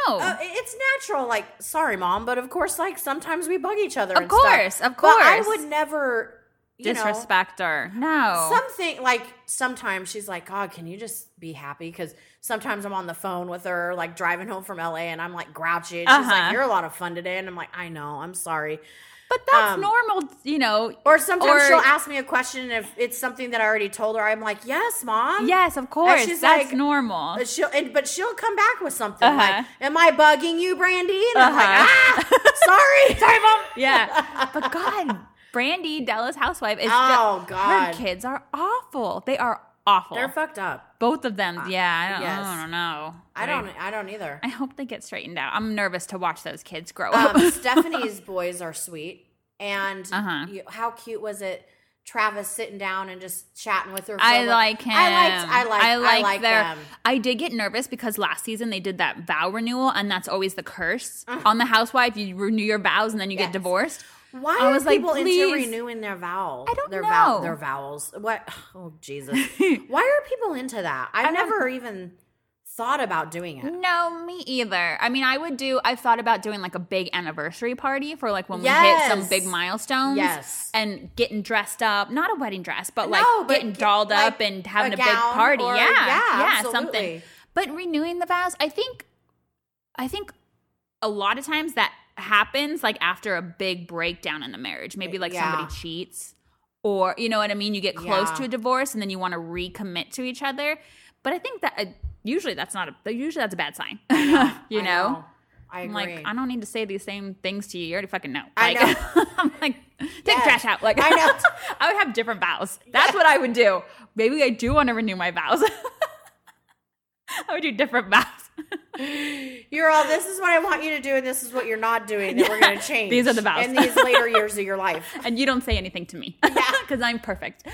C: no.
B: Uh, it's natural. Like, sorry, mom, but of course, like sometimes we bug each other.
C: Of
B: and stuff.
C: course, of
B: But I
C: course.
B: would never you know,
C: disrespect her. No.
B: Something like sometimes she's like, God, can you just be happy? Because sometimes I'm on the phone with her, like driving home from LA, and I'm like grouchy. And she's
C: Uh-huh.
B: like, You're a lot of fun today, and I'm like, I know, I'm sorry.
C: but that's
B: um,
C: normal, you know.
B: Or sometimes
C: Or-
B: she'll ask me a question, and if it's something that I already told her, I'm like, Yes, mom.
C: Yes, of course.
B: she's
C: That's
B: like, uh,
C: normal.
B: But she'll, and, but she'll come back with something
C: Uh-huh.
B: like, "Am I bugging you, Brandy?" And I'm like,
C: Uh-huh.
B: "Ah, sorry, sorry, mom."
C: yeah. But God, Brandy, Dallas housewife, is
B: Oh,
C: ju-
B: God.
C: her kids are awful. They are awful.
B: They're fucked up.
C: Both of them. Yeah, I don't,
B: yes.
C: I don't know.
B: I don't. I don't either.
C: I hope they get straightened out. I'm nervous to watch those kids grow up.
B: Um, Stephanie's boys are sweet, and
C: Uh-huh.
B: you, how cute was it? Travis sitting down and just chatting with her. for a
C: I
B: little-
C: like him.
B: I liked. I liked. I like,
C: their-
B: them.
C: I did get nervous because last season they did that vow renewal, and that's always the curse on the housewife. You renew your vows, and then you
B: Uh-huh. Yes.
C: get divorced.
B: Why
C: I
B: are
C: was like,
B: people into
C: "Please."
B: renewing their vowels?
C: I don't
B: their Vow,
C: know.
B: their vowels. What? Oh Jesus! Why are people into that? I've
C: don't-
B: never even thought about doing it.
C: No, me either. I mean, I would do. I've thought about doing like a big anniversary party for like when
B: Yes.
C: we hit some big milestones.
B: Yes.
C: and getting dressed up, not a wedding dress, but like
B: No, but
C: getting
B: get-
C: dolled
B: like,
C: up and having
B: a
C: a, big
B: gown
C: party.
B: or-
C: yeah,
B: yeah, absolutely.
C: something. But renewing the vows, I think, I think, a lot of times that happens like after a big breakdown in the marriage. Maybe like
B: Yeah.
C: somebody cheats, or you know what I mean. You get close
B: Yeah.
C: to a divorce, and then you want to recommit to each other. But I think that uh, usually that's not a usually that's a bad sign. you
B: I
C: know?
B: I
C: I'm
B: agree.
C: like, I don't need to say these same things to you. You already fucking know.
B: I
C: Like,
B: know.
C: I'm like, take
B: Yes.
C: the trash out. Like,
B: I know.
C: I would have different vows. That's what I would do. Maybe I do want to renew my vows. I would do different maps.
B: You're all, this is what I want you to do, and this is what you're not doing that we're going to change.
C: These are the vows.
B: In these later years of your life.
C: and you don't say anything to me because I'm perfect.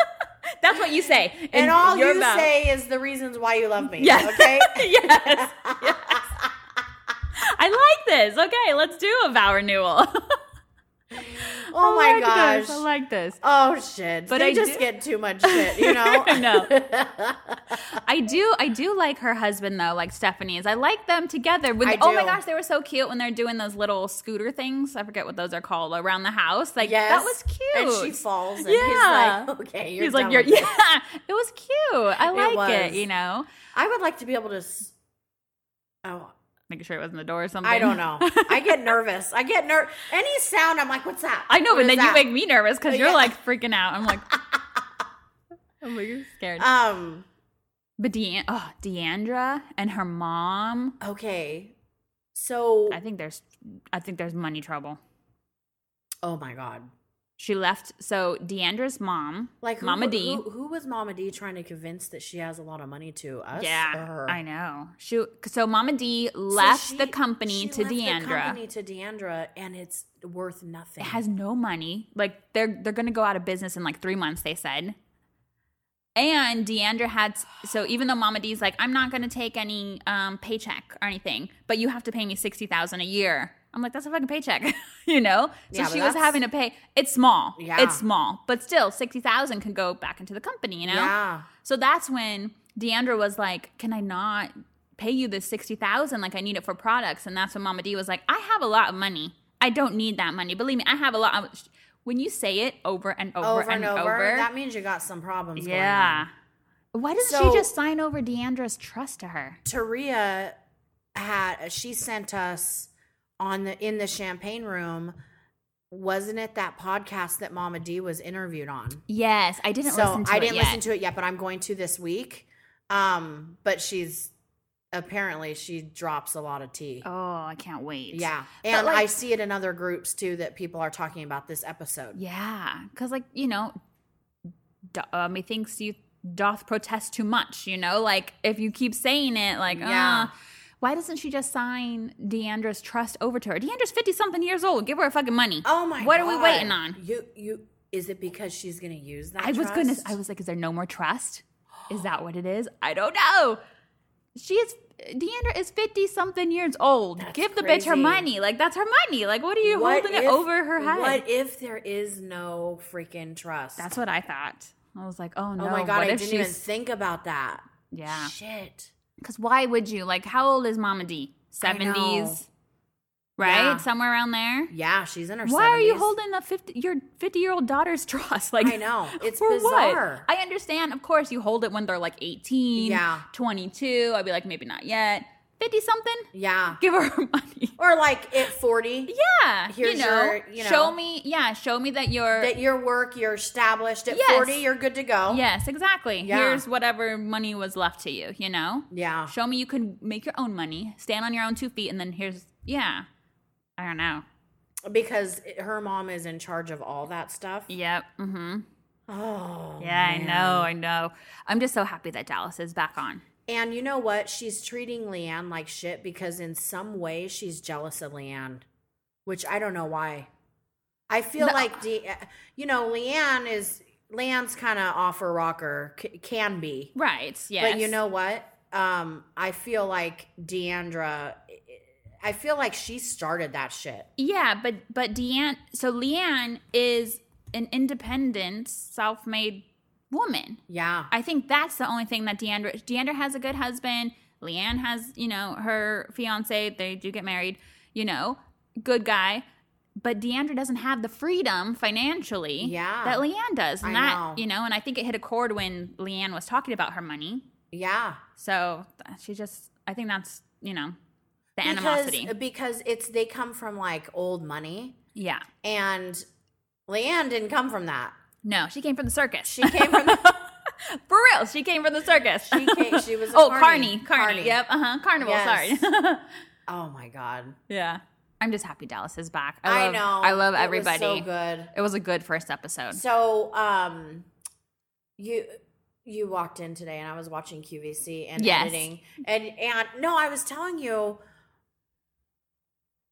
C: That's what you say. in
B: And all
C: your
B: you
C: vows.
B: say is the reasons why you love me.
C: Yes.
B: Okay?
C: yes. yes. I like this. Okay, let's do a vow
B: Oh
C: renewal. I
B: my
C: like this.
B: gosh.
C: I like this.
B: Oh shit.
C: But
B: But they
C: I
B: just
C: do-
B: get too much shit, you know?
C: I know. I do. I do like her husband though, like Stephanie's. I like them together. When
B: I
C: oh my
B: do.
C: gosh, they were so cute when they're doing those little scooter things. I forget what those are called around the house. Like
B: Yes.
C: that was cute.
B: And she falls and
C: Yeah.
B: he's like, okay, you're
C: He's like,
B: done
C: you're,
B: with this."
C: yeah, it was cute. I
B: It
C: like it,
B: was.
C: you know?
B: I would like to be able to s- Oh,
C: Making sure it wasn't the door or something.
B: I don't know. I get nervous. I get ner any sound I'm like, what's that?
C: I know,
B: What
C: but
B: is
C: then you
B: that?
C: make me nervous because you're
B: Yeah.
C: like freaking out. I'm like, I'm like scared.
B: Um
C: but De- oh, Deandra and her mom,
B: okay. So
C: I think there's, I think there's money trouble.
B: Oh my god.
C: She left. So Deandra's mom,
B: Like who,
C: Mama
B: who-
C: D.
B: Who, was Mama D trying to convince that she has a lot of money to us? or
C: yeah,
B: her?
C: I know. She so Mama D
B: So
C: left
B: she-
C: the company
B: she
C: to
B: left the
C: Deandra.
B: company to Deandra, and it's worth nothing.
C: It has no money. Like they're they're gonna go out of business in like three months. They said. And Deandra had so even though Mama D's like I'm not gonna take any um, paycheck or anything, but you have to pay me sixty thousand a year. I'm like that's a fucking paycheck, you know. So
B: Yeah, but
C: she was
B: that's-
C: having to pay. It's small.
B: Yeah.
C: It's small, but still sixty thousand can go back into the company, you know.
B: Yeah.
C: So that's when Deandra was like, "Can I not pay you this sixty thousand? Like, I need it for products." And that's when Mama D was like, "I have a lot of money. I don't need that money. Believe me, I have a lot." Of, when you say it over and over,
B: Over and over, That means you got some problems.
C: yeah. Why doesn't
B: So-
C: she just sign over Deandra's trust to her?
B: Going on. Taria had she sent us on the in the champagne room. Wasn't it that podcast that Mama D was interviewed on?
C: Yes, I didn't
B: so
C: listen to
B: I
C: it
B: didn't
C: yet.
B: listen to it yet, but I'm going to this week. Um, but she's apparently she drops a lot of tea.
C: oh, I can't wait.
B: Yeah. And
C: like-
B: I see it in other groups too that people are talking about this episode.
C: Yeah, because like you know, do, uh, methinks you doth protest too much. You know, like if you keep saying it, like
B: Yeah.
C: ah, why doesn't she just sign Deandra's trust over to her? Deandra's fifty something years old. Give her fucking money.
B: Oh my
C: What
B: God.
C: are we waiting on?
B: You you is it because she's gonna use that?
C: I was
B: trust?
C: gonna. I was like, is there no more trust? Is that what it is? I don't know. She is. Deandra is fifty something years old. Give the bitch her
B: crazy.
C: money. Like that's her money. Like what are you
B: What
C: holding it
B: if-
C: over her head?
B: What if there is no freaking trust?
C: that's what I thought. I was like, oh no.
B: Oh my god,
C: what
B: I
C: if
B: didn't even
C: she's-
B: think about that.
C: Yeah.
B: Shit.
C: Because why would you? Like, how old is Mama D?
B: I know.
C: 70s, right?
B: Yeah.
C: Somewhere around there.
B: Yeah, she's in her
C: Why are you
B: 70s.
C: holding the 50, your 50 year old daughter's trust? Like,
B: I know. It's
C: for
B: bizarre.
C: What? I understand. Of course, you hold it when they're like 18,
B: Yeah.
C: 22. I'd be like, maybe not yet. 50 something?
B: Yeah.
C: Give her her money.
B: Or like at forty.
C: Yeah.
B: Here's
C: you, know,
B: your- you know.
C: show me, yeah, show me that you're.
B: That your work, you're established at
C: Yes.
B: forty, you're good to go.
C: yes, exactly.
B: Yeah.
C: Here's whatever money was left to you, you know?
B: Yeah.
C: Show me you can make your own money, stand on your own two feet, and then here's yeah. I don't know.
B: Because it- her mom is in charge of all that stuff.
C: Yep. Mm-hmm.
B: Oh.
C: Yeah,
B: man.
C: I know. I know. I'm just so happy that Dallas is back on.
B: And you know what? She's treating Leanne like shit because in some way she's jealous of Leanne, which I don't know why. I feel
C: No.
B: like De- you know Leanne is Leanne's kind of off her rocker, c- can be.
C: Right. Yes.
B: But you know what? Um, I feel like Deandra. I feel like she started that shit.
C: Yeah, but but Deanne. So Leanne is an independent, self-made woman.
B: Yeah.
C: I think that's the only thing that Deandra Deandra has a good husband. Leanne has, you know, her fiance. They do get married, you know, good guy. But Deandra doesn't have the freedom financially
B: Yeah.
C: that Leanne does. And
B: I
C: that,
B: know.
C: you know, and I think it hit a chord when Leanne was talking about her money.
B: yeah.
C: So th- she just, I think that's, you know, the
B: Because-
C: animosity.
B: because it's they come from like old money
C: Yeah.
B: and Leanne didn't come from that.
C: No, she came from the circus.
B: She came from the
C: For real, she came from the circus.
B: She came- she was a
C: oh,
B: carny.
C: Carney. Carney.
B: Carny.
C: Yep. Uh huh. Carnival.
B: Yes.
C: Sorry.
B: Oh my god.
C: Yeah. I'm just happy Dallas is back. I,
B: I,
C: love,
B: know.
C: I love everybody.
B: It was so good.
C: It was a good first episode.
B: So um you you walked in today and I was watching QVC and
C: Yes.
B: editing. And and no, I was telling you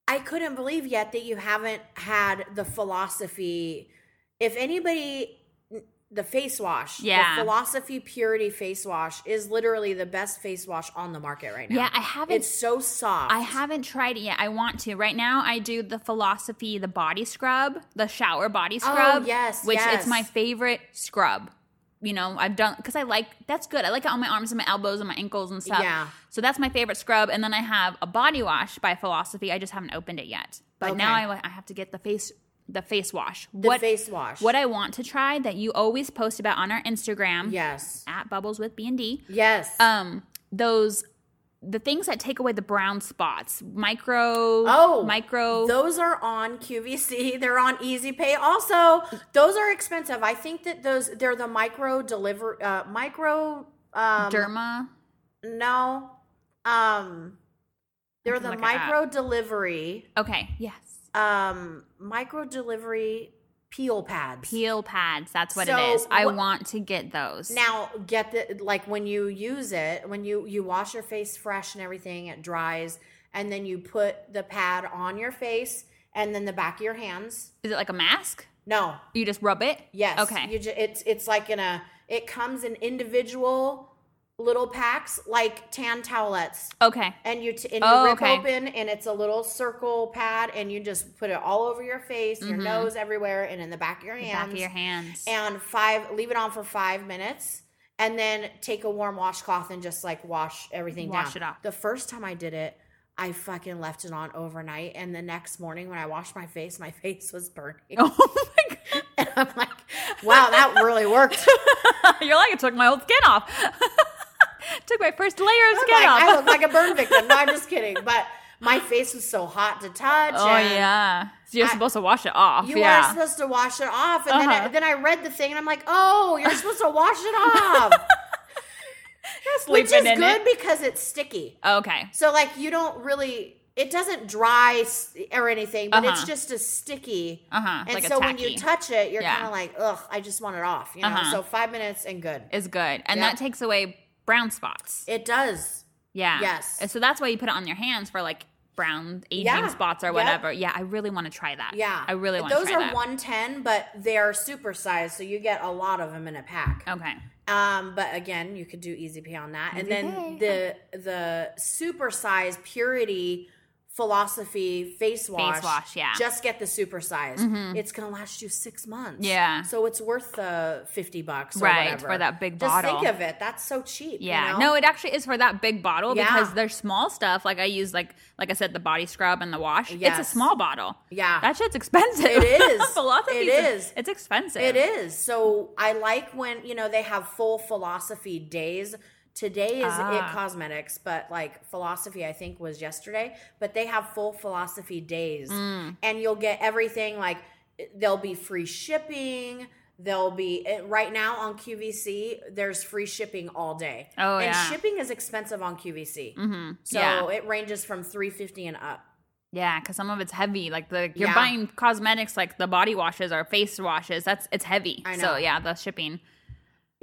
B: I couldn't believe yet that you haven't had the philosophy if anybody the face wash,
C: Yeah.
B: the philosophy purity face wash is literally the best face wash on the market right now.
C: Yeah, I haven't.
B: it's so soft.
C: I haven't tried it yet. I want to. Right now, I do the philosophy, the body scrub, the shower body scrub.
B: Oh, yes,
C: which
B: yes.
C: it's my favorite scrub. You know, I've done because I like that's good. I like it on my arms and my elbows and my ankles and stuff.
B: Yeah.
C: So that's my favorite scrub. And then I have a body wash by Philosophy. I just haven't opened it yet. But now
B: Okay.
C: I, I have to get the face the face wash.
B: the face wash.
C: What I want to try that you always post about on our Instagram
B: yes.
C: at Bubbles with B and D
B: Yes.
C: um those the things that take away the brown spots micro
B: Oh,
C: micro
B: Those are on QVC. They're on Easy Pay. Also, those are expensive. I think that those they're the micro deliver uh, micro um,
C: derma
B: No, um, they're
C: can
B: the
C: look it
B: micro delivery
C: okay yes
B: um micro delivery peel pads.
C: peel pads that's what
B: So,
C: it is i
B: what-
C: want to get those
B: Now get the like when you use it, when you you wash your face fresh and everything, it dries, and then you put the pad on your face and then the back of your hands.
C: is it like a mask
B: No,
C: you just rub it
B: Yes.
C: Okay.
B: You ju- it's it's like in a it comes in individual little packs like tan towelettes,
C: okay
B: and you t- and you
C: Oh,
B: rip
C: okay.
B: open, and it's a little circle pad, and you just put it all over your face, your
C: Mhm.
B: nose, everywhere, and in the back of your
C: the
B: hands.
C: back of your hands
B: And five, leave it on for five minutes. And then take a warm washcloth and just like wash everything
C: Wash
B: down.
C: it off.
B: The first time I did it, I fucking left it on overnight. And the next morning when I washed my face, my face was burning.
C: oh my
B: And I'm like, wow, that really worked.
C: god you're like it took my whole skin off took my first layer of
B: I'm
C: skin
B: like,
C: off
B: I look like a burn victim. No, I'm just kidding. But my face was so hot to touch.
C: oh
B: and
C: yeah so you're
B: I-
C: supposed to wash it off
B: You
C: yeah
B: are supposed to wash it off. And
C: Uh-huh.
B: then, I, then I read the thing and I'm like, oh, you're supposed to wash it off. Which is
C: Sleeping in
B: good
C: it.
B: because it's sticky.
C: Oh, okay
B: So, like, you don't really, it doesn't dry s- or anything, but it's
C: Uh-huh.
B: just a sticky.
C: uh-huh
B: And
C: like
B: so
C: a
B: when you
C: tacky.
B: touch it, you're
C: Yeah.
B: kind of like, ugh, I just want it off, you know?
C: Uh-huh.
B: So, five minutes and good.
C: is good. And
B: Yeah.
C: that takes away brown spots.
B: It does.
C: Yeah.
B: Yes.
C: And so that's why you put it on your hands for like brown aging
B: Yeah.
C: spots or
B: Yep.
C: whatever. Yeah, I really want to try that.
B: Yeah,
C: I really want to
B: Those
C: try
B: are
C: that.
B: 110, but they're supersized, so you get a lot of them in a pack.
C: okay.
B: Um, but again, you could do easy pay on that, and
C: Easy
B: then
C: Pay.
B: the the supersized purity philosophy face wash.
C: wash, yeah.
B: Just get the supersize.
C: Mhm.
B: It's gonna last you six months.
C: Yeah.
B: So it's worth the fifty bucks, or
C: Right,
B: whatever.
C: for that big
B: Just
C: bottle.
B: think of it. That's so cheap. you
C: Yeah.
B: know?
C: No, it actually is for that big bottle
B: Yeah.
C: because there's small stuff. Like I use like like I said, the body scrub and the wash. It's
B: Yes.
C: a small bottle.
B: yeah.
C: That shit's expensive.
B: It is.
C: Philosophy
B: It is.
C: It's expensive.
B: It is. So I like when, you know, they have full philosophy days. Today is
C: Ah.
B: it cosmetics, but like philosophy, I think was yesterday. But they have full philosophy days,
C: Mm.
B: and you'll get everything. Like there'll be free shipping. There'll be eh, right now on QVC. There's free shipping all day.
C: Oh,
B: and
C: yeah.
B: shipping is expensive on QVC,
C: Mm-hmm.
B: so
C: yeah.
B: it ranges from three fifty and up.
C: Yeah, because some of it's heavy. Like the you're
B: Yeah.
C: buying cosmetics, like the body washes or face washes. That's it's heavy.
B: I know.
C: So yeah, the shipping.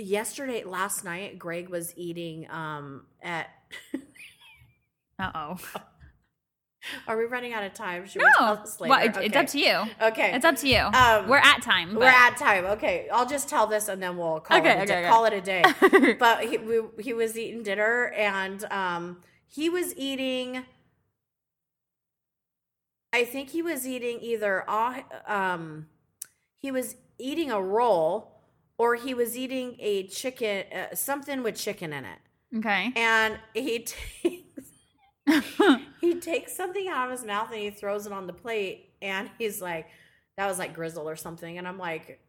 B: Yesterday, last night, Greg was eating um at
C: Uh oh.
B: Are we running out of time? Should we tell
C: No,
B: this later?
C: Oh, well, it, it's up to you.
B: Okay.
C: It's up to you.
B: Um,
C: we're at time.
B: We're at time. Okay. I'll just tell this and then we'll call,
C: Okay,
B: it, a
C: okay,
B: day,
C: okay.
B: call it a day.
C: at.
B: but he, we, he was eating dinner and um, he was eating, I think he was eating either, ah- um, he was eating a roll or he was eating a chicken, uh, something with chicken in it.
C: okay.
B: And he takes he takes something out of his mouth and he throws it on the plate and he's like that was like grizzle or something and i'm like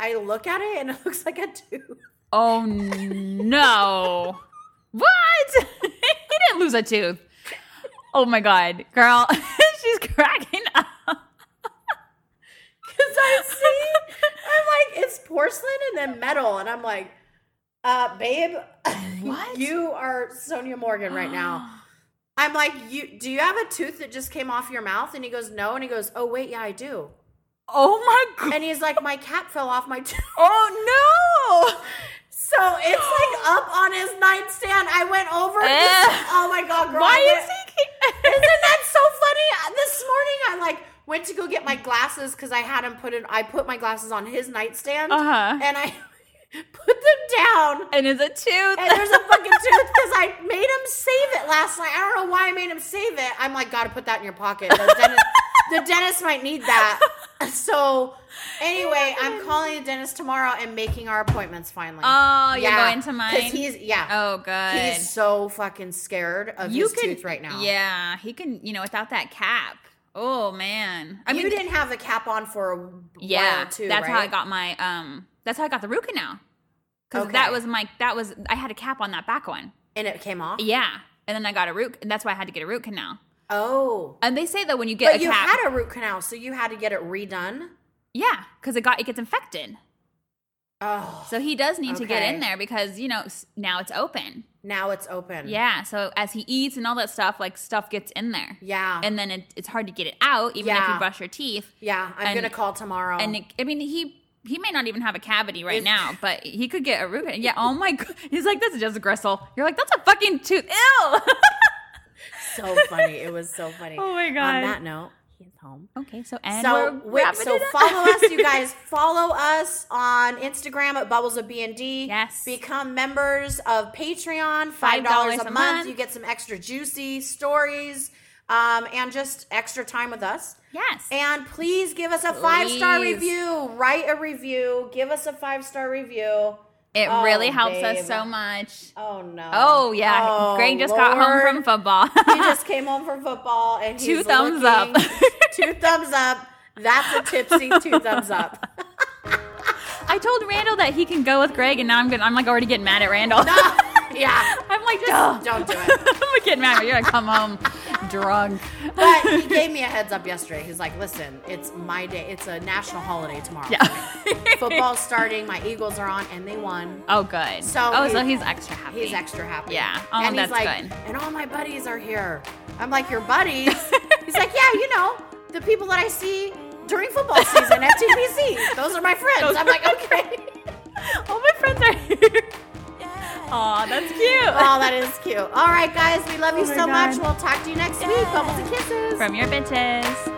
B: i look at it and it looks like a tooth
C: oh no! What? he didn't lose a tooth. Oh my god, girl, she's cracking up.
B: because i see i'm like it's porcelain and then metal and i'm like uh babe
C: What?
B: you are sonia morgan right now i'm like you do you have a tooth that just came off your mouth and he goes no and he goes oh wait yeah i do
C: Oh my god.
B: and he's like my cap fell off my tooth
C: Oh no!
B: So it's like up on his nightstand. I went over. and
C: Eh.
B: just- oh my god, girl! I
C: Why
B: went-
C: is he?
B: Isn't that so funny? This morning I like went to go get my glasses because I had him put in. I put my glasses on his nightstand,
C: Uh-huh.
B: and I put them down.
C: and is it tooth?
B: And there's a fucking tooth because I made him save it last night. I don't know why I made him save it. I'm like, gotta put that in your pocket. The dentist, the dentist might need that. So, anyway, I'm calling the dentist tomorrow and making our appointments finally.
C: Oh, you're going to mine?
B: Because he's yeah,
C: oh, good.
B: he's so fucking scared of his tooth right now.
C: Yeah, he can. You know, without that cap. Oh man. I
B: you
C: mean,
B: didn't have the cap on for a
C: yeah.
B: while too,
C: that's how I
B: right?
C: got my. Um, that's how I got the root canal. Because
B: Okay.
C: that was my. That was I had a cap on that back one.
B: and it came off.
C: Yeah, and then I got a root. And that's why I had to get a root canal.
B: Oh,
C: And they say that when you get
B: but
C: a
B: you
C: cap,
B: had a root canal, so you had to get it redone.
C: yeah, because it got it gets infected.
B: Oh,
C: So he does need to get
B: Okay.
C: in there because you know s- now it's open.
B: now it's open.
C: Yeah. So as he eats and all that stuff, like stuff gets in there.
B: yeah,
C: And then it, it's hard to get it out, even if
B: Yeah.
C: you brush your teeth.
B: Yeah, I'm
C: And-
B: gonna call tomorrow.
C: And it, I mean, he he may not even have a cavity right
B: Is-
C: now, but he could get a root. canal. Yeah. Oh my god. He's like, that's just a gristle. You're like, that's a fucking tooth. Ew.
B: so funny. It was so funny.
C: Oh my
B: On
C: God.
B: that note, he's home.
C: okay. So and
B: so
C: we're
B: wait,
C: wrapping
B: so
C: it up.
B: follow us, you guys. Follow us on Instagram at Bubbles of B and D.
C: Yes.
B: Become members of Patreon, five
C: $5
B: dollars a
C: a
B: month.
C: month.
B: You get some extra juicy stories, um, and just extra time with us.
C: yes.
B: And please give us a five star
C: Please.
B: review. Write a review. Give us a five star review.
C: it
B: Oh,
C: really helps
B: babe.
C: us so much.
B: Oh no.
C: Oh yeah. Greg just got home
B: Lord.
C: from football.
B: he just came home from football and he's
C: Two thumbs
B: looking-
C: up.
B: two thumbs up. That's a tipsy two thumbs up.
C: I told Randall that he can go with Greg, and now I'm gonna. I'm like already getting mad at Randall.
B: yeah,
C: I'm like, just
B: don't do it.
C: I'm getting mad. You're gonna come home drunk.
B: But he gave me a heads up yesterday. He's like, "Listen, it's my day. It's a national holiday tomorrow.
C: Yeah.
B: Football's starting. My Eagles are on, and they won."
C: Oh, good.
B: So
C: oh,
B: he-
C: so he's extra happy.
B: He's extra happy.
C: Yeah. Oh,
B: and he's
C: that's
B: like,
C: good.
B: and all my buddies are here. I'm like, your buddies? he's like, yeah, you know, the people that I see during football season at TBC. Those are my friends.
C: Those
B: I'm
C: are
B: like, okay.
C: All my friends are here. Aw, that's cute.
B: Oh, that is cute. All right, guys, we love you
C: Oh my
B: so much.
C: God.
B: We'll talk to you next week. Bubbles and kisses.
C: From your bitches.